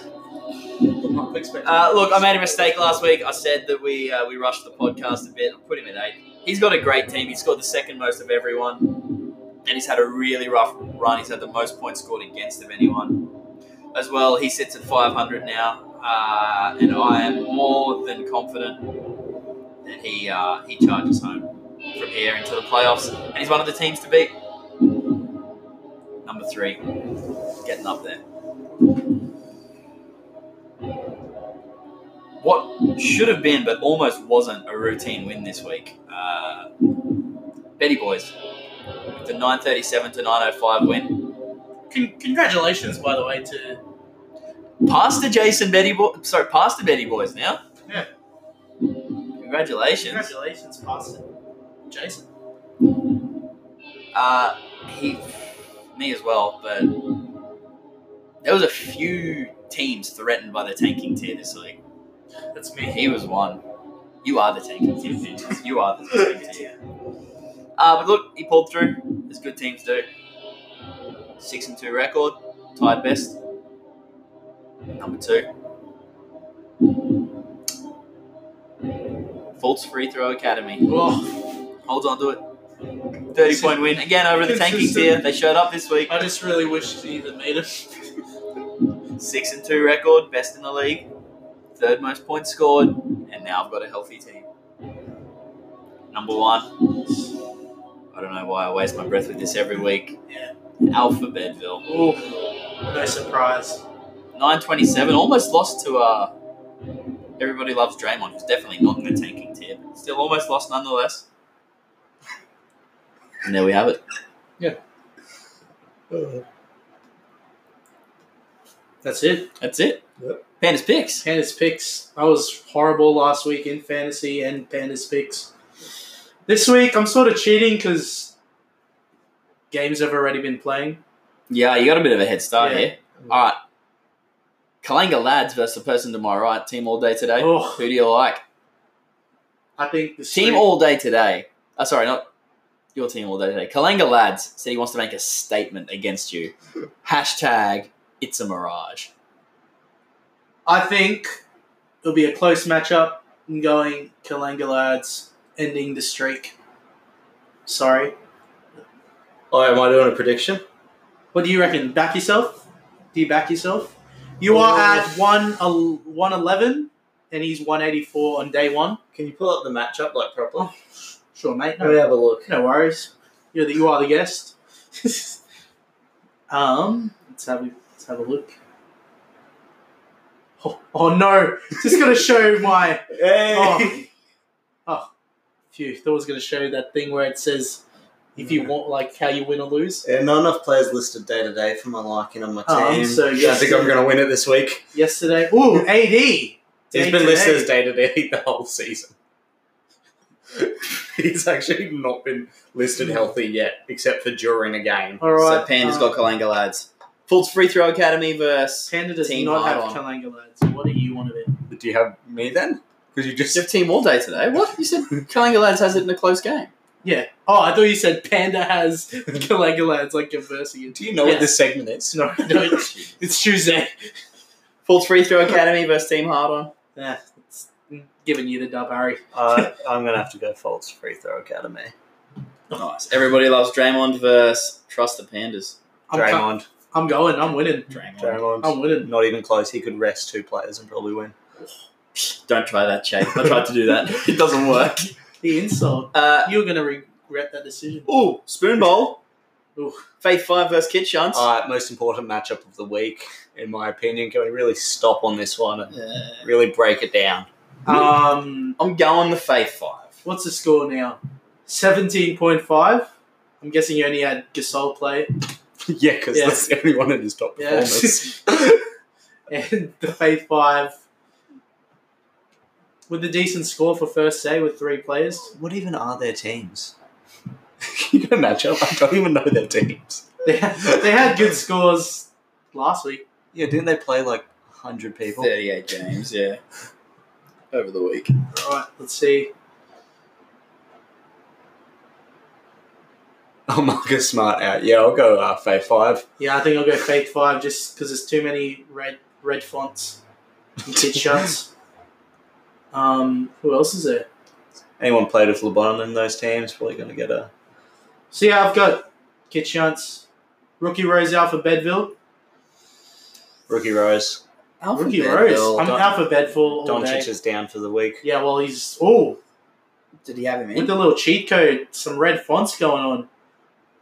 Speaker 3: I'm expecting.
Speaker 1: Uh, look, I made a mistake last week. I said that we uh, we rushed the podcast a bit. I put him at eight. He's got a great team. He's scored the second most of everyone, and he's had a really rough run. He's had the most points scored against of anyone as well. He sits at five hundred now, uh, and I am more than confident that he uh, he charges home from here into the playoffs, and he's one of the teams to beat. Number three, getting up there. what should have been but almost wasn't a routine win this week. Uh, Betty Boys with the 937 to 905 win.
Speaker 3: Con- congratulations, by the way, to
Speaker 1: Pastor Jason Betty Boy, sorry, Pastor Betty Boys now.
Speaker 3: Yeah.
Speaker 1: Congratulations.
Speaker 3: congratulations, Pastor Jason.
Speaker 1: Uh, he, me as well, but there was a few teams threatened by the tanking tier this week.
Speaker 3: That's me.
Speaker 1: He was one. You are the tanking team. You are the tanking team. Uh, but look, he pulled through, as good teams do. Six and two record, tied best. Number two. Fultz Free Throw Academy
Speaker 3: Whoa.
Speaker 1: holds on to it. 30 point win again over the tanking tier. They showed up this week.
Speaker 3: I just really wish he had made it.
Speaker 1: Six and two record, best in the league, third most points scored, and now I've got a healthy team. Number one. I don't know why I waste my breath with this every week.
Speaker 3: Yeah.
Speaker 1: Alphabetville.
Speaker 3: Ooh. No surprise.
Speaker 1: 927, almost lost to uh Everybody loves Draymond, who's definitely not in the tanking tier, but still almost lost nonetheless. And there we have it.
Speaker 3: That's it.
Speaker 1: That's it.
Speaker 4: Yep.
Speaker 1: Pandas picks.
Speaker 3: Pandas picks. I was horrible last week in fantasy and Pandas picks. This week I'm sort of cheating because games have already been playing.
Speaker 1: Yeah, you got a bit of a head start
Speaker 3: Yeah.
Speaker 1: here. All right. Kalanga lads versus the person to my right. Team all day today.
Speaker 3: Oh.
Speaker 1: Who do you like?
Speaker 3: I think the
Speaker 1: Team all day today. Uh, sorry, not your team all day today. Kalanga lads said he wants to make a statement against you. Hashtag it's a mirage.
Speaker 3: I think it'll be a close matchup. I'm going Kalanga lads ending the streak. Sorry.
Speaker 4: Oh, am I doing a prediction?
Speaker 3: What do you reckon? Back yourself? Do you back yourself? You are at one el- 111 and he's 184 on day one. Oh,
Speaker 4: Can you pull up the matchup like properly?
Speaker 3: Sure, mate.
Speaker 4: Let me have a look.
Speaker 3: No worries. You're the, you are the guest. um, let's have a, let's have a look. Oh, oh no! It's Just gonna show my
Speaker 4: Hey!
Speaker 3: oh, oh, phew! Thought it was gonna show that thing where it says if you want like how you win or lose.
Speaker 4: Yeah, not enough players listed day to day for my liking on my
Speaker 3: Oh,
Speaker 4: team.
Speaker 3: so
Speaker 4: I think I'm
Speaker 3: yesterday-
Speaker 4: going to win it this week.
Speaker 3: Yesterday, ooh, AD. He's
Speaker 4: He's been listed as day to day the whole season. He's actually not been listed healthy yet, except for during a game.
Speaker 3: Hmm. All right,
Speaker 1: so Panda's
Speaker 3: um,
Speaker 1: got Kalanga lads. Fultz Free Throw Academy versus
Speaker 3: Panda does
Speaker 1: Team
Speaker 3: not have
Speaker 1: Hard
Speaker 3: Kalanga lads. What do you want of it?
Speaker 9: Do you have me then? Because you just
Speaker 1: your team all day today. What? You said Kalanga lads has it in a close game.
Speaker 3: Yeah. Oh, I thought you said Panda has Kalanga lads like conversing it.
Speaker 9: do you know
Speaker 3: Yeah.
Speaker 9: what this segment is?
Speaker 3: No, no, it's, it's Tuesday.
Speaker 1: Fultz Free Throw Academy versus Team Hard On.
Speaker 3: Nah, it's giving you the dub, Harry.
Speaker 4: Uh, I'm going to have to go false free throw academy.
Speaker 1: Nice. Everybody loves Draymond versus Trust the Pandas.
Speaker 3: I'm, co- I'm going. I'm winning.
Speaker 1: Draymond.
Speaker 4: Oh,
Speaker 3: I'm winning.
Speaker 4: Not even close. He could rest two players and probably win.
Speaker 1: Don't try that, Chase. I tried to do that. It doesn't work.
Speaker 3: The insult.
Speaker 1: Uh,
Speaker 3: You're gonna regret that decision.
Speaker 1: ooh, Spoon Bowl.
Speaker 3: Ooh.
Speaker 1: Faith 5 versus Kid Shunts.
Speaker 4: Uh, most important matchup of the week, in my opinion. Can we really stop on this one and
Speaker 1: Yeah.
Speaker 4: really break it down?
Speaker 3: Um,
Speaker 1: I'm going the Faith 5.
Speaker 3: what's the score now? Seventeen point five. I'm guessing you only had Gasol play.
Speaker 9: yeah, because
Speaker 3: Yeah.
Speaker 9: that's the only one in his top
Speaker 3: Yeah.
Speaker 9: performance.
Speaker 3: and the Faith Five with a decent score for first day with three players.
Speaker 4: What even are their teams?
Speaker 9: you know, matchup. I don't even know their teams.
Speaker 3: They had, they had good scores last week.
Speaker 4: Yeah, didn't they play like 100 people?
Speaker 1: 38 games, yeah. Oh. Over the week.
Speaker 3: All right, let's see.
Speaker 9: Oh, Marcus Smart out. Yeah, I'll go uh, Faye five.
Speaker 3: Yeah, I think I'll go Faith Five just because there's too many red red fonts and kid shots. Um, who else is there?
Speaker 4: Anyone played with LeBron in those teams? Probably going to get a.
Speaker 3: So yeah, I've got kid shots, rookie Roselle for Bedville,
Speaker 4: Rookie Rose.
Speaker 1: Alpha
Speaker 3: rookie
Speaker 1: Beta.
Speaker 3: Rose. I'm
Speaker 4: Don-
Speaker 3: Alpha Bedville all
Speaker 4: Doncic
Speaker 3: day.
Speaker 4: is down for the week.
Speaker 3: Yeah, well he's oh
Speaker 1: Did he have him
Speaker 3: with the little cheat code, some red fonts going on.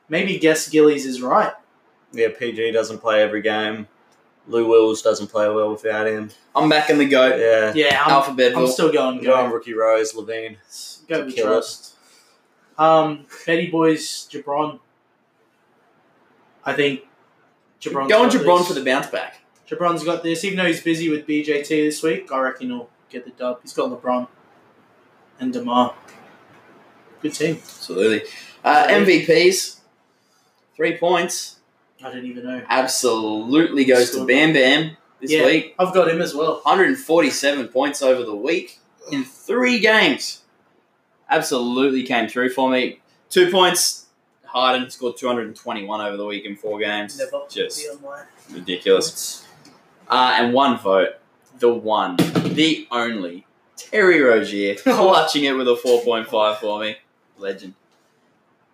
Speaker 3: Maybe guess Gillies is right.
Speaker 4: Yeah, PG doesn't play every game. Lou Wills doesn't play well without him.
Speaker 1: I'm back in the goat.
Speaker 4: Yeah.
Speaker 3: Yeah, I'm,
Speaker 1: Alpha
Speaker 3: I'm
Speaker 1: Bedville.
Speaker 3: still going.
Speaker 4: I'm going
Speaker 3: Go,
Speaker 4: Rookie Rose, Levine.
Speaker 3: go
Speaker 4: to
Speaker 3: with
Speaker 4: kill it.
Speaker 3: trust. Um, Betty Boys Jabron. I think Jabron.
Speaker 1: going Jabron for the bounce back.
Speaker 3: Jabron's got this, even though he's busy with BJT this week. I reckon he'll get the dub. He's got LeBron and Demar. Good team.
Speaker 1: Absolutely. Uh, MVPs. Three points.
Speaker 3: I don't even know.
Speaker 1: Absolutely goes to Bam Bam this
Speaker 3: Yeah.
Speaker 1: week.
Speaker 3: I've got him as well.
Speaker 1: 147 points over the week in three games. Absolutely came through for me. Two points. Harden scored 221 over the week in four games.
Speaker 3: Never
Speaker 1: Just
Speaker 3: be online.
Speaker 1: ridiculous. Uh, and one vote. The one, the only, Terry Rozier clutching it with a 4.5 for me. Legend.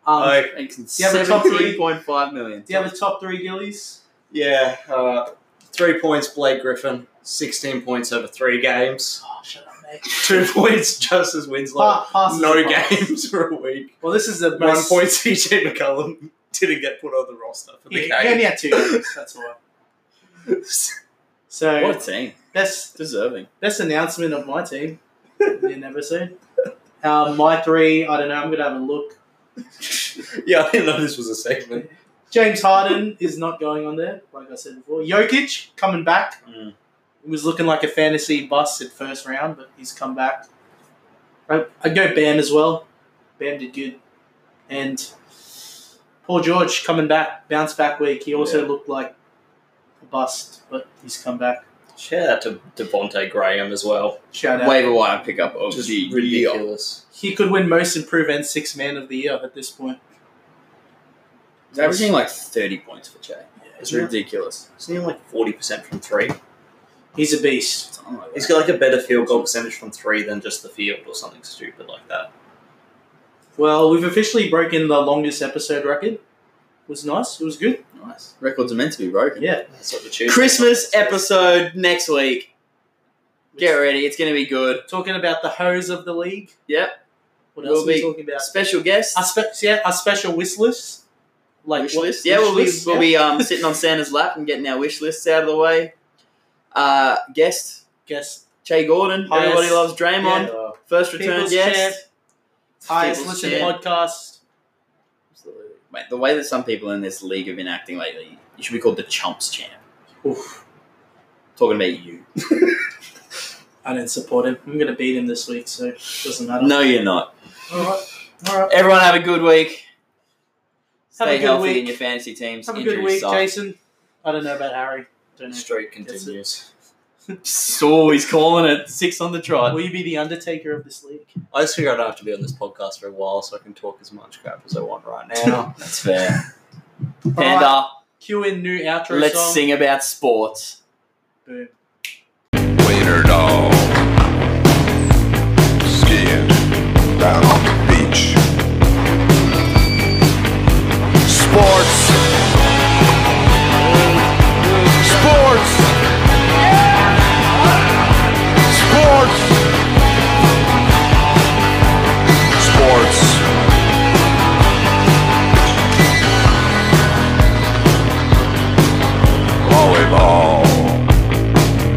Speaker 3: Um,
Speaker 4: Like,
Speaker 1: Making
Speaker 3: Yeah, but top three-
Speaker 1: 17.5 million.
Speaker 3: do you have a top three Gillies?
Speaker 4: yeah, uh, three points, Blake Griffin. 16 points over three games.
Speaker 3: Oh, shut up, mate.
Speaker 4: Two points, Justice Winslow.
Speaker 3: Pa- passes
Speaker 4: no
Speaker 3: the pass.
Speaker 4: games for a week.
Speaker 3: Well, this is the
Speaker 4: One
Speaker 3: most.
Speaker 4: point, CJ McCollum didn't get put on the roster for the
Speaker 3: He, he only
Speaker 4: game.
Speaker 3: had two games. That's all. So
Speaker 1: What a team.
Speaker 3: that's
Speaker 1: Deserving.
Speaker 3: best announcement of my team in episode. Um, my three, I don't know. I'm gonna have a look.
Speaker 2: yeah, I didn't know this was a segment.
Speaker 3: James Harden is not going on there, like I said before. Jokic coming back.
Speaker 2: Mm.
Speaker 3: He was looking like a fantasy bust at first round, but he's come back. I, I'd go Bam as well. Bam did good, and Paul George coming back, bounce back week. He also looked like a bust, but he's come back.
Speaker 2: Shout out to Devonte Graham as well.
Speaker 3: Shout out.
Speaker 1: Waiver wire pickup of
Speaker 2: Just
Speaker 1: the year.
Speaker 2: ridiculous.
Speaker 3: He could win most improved and six man of the year at this point.
Speaker 1: He's averaging like 30 points for Jay. It's
Speaker 2: Yeah.
Speaker 1: ridiculous.
Speaker 2: Isn't he like forty percent from three?
Speaker 3: He's a beast.
Speaker 1: It's unlike
Speaker 2: He's
Speaker 1: that.
Speaker 2: got like a better field goal percentage from three than just the field or something stupid like that.
Speaker 3: Well, we've officially broken the longest episode record. It was nice. It was good.
Speaker 1: Nice. Records are meant to be broken.
Speaker 3: Yeah.
Speaker 2: That's what the Tuesday-
Speaker 1: Christmas episode next week. Get ready. It's going to be good.
Speaker 3: Talking about the hose of the league.
Speaker 1: Yep.
Speaker 3: What else
Speaker 1: We'll
Speaker 3: are we
Speaker 1: be-
Speaker 3: talking about?
Speaker 1: Special guest.
Speaker 3: Our, spe- yeah, our special wish list. Like
Speaker 1: wish
Speaker 3: what-
Speaker 1: list. Yeah,
Speaker 3: wish
Speaker 1: we'll be,
Speaker 3: list,
Speaker 1: we'll
Speaker 3: yeah.
Speaker 1: be um, sitting on Santa's lap and getting our wish lists out of the way. Uh, guest,
Speaker 3: guest
Speaker 1: Che Gordon.
Speaker 3: Highest-
Speaker 1: Everybody loves Draymond.
Speaker 3: Yeah.
Speaker 2: Uh,
Speaker 1: First return
Speaker 3: People's
Speaker 1: guest.
Speaker 3: highest
Speaker 1: People's
Speaker 3: listened
Speaker 1: champ.
Speaker 3: podcast.
Speaker 1: Absolutely. Mate, the way that some people in this league have been acting lately, you should be called the chumps champ.
Speaker 3: Oof,
Speaker 1: Talking about you.
Speaker 3: I don't support him. I'm gonna beat him this week, so it doesn't matter.
Speaker 1: No, you're not.
Speaker 3: All right. All right.
Speaker 1: Everyone have a good week. Stay
Speaker 3: Have a good
Speaker 1: healthy in
Speaker 3: week.
Speaker 1: your fantasy teams.
Speaker 3: Have a
Speaker 1: Injuries
Speaker 3: good week,
Speaker 1: suck.
Speaker 3: Jason. I don't know about Harry. Don't know.
Speaker 2: streak
Speaker 3: That's it.
Speaker 2: continues.
Speaker 1: So he's calling it six on the trot.
Speaker 3: Will you be the Undertaker of this league?
Speaker 2: I just figure I don't have to be on this podcast for a while, so I can talk as much crap as I want right now.
Speaker 1: That's fair.
Speaker 3: All
Speaker 1: And
Speaker 3: right,
Speaker 1: uh,
Speaker 3: cue in new outro
Speaker 1: let's
Speaker 3: song.
Speaker 1: sing about sports.
Speaker 3: Boom.
Speaker 10: Waiter dog. Skiing down on the beach. Sports. Sports. Sports. Sports. Volleyball.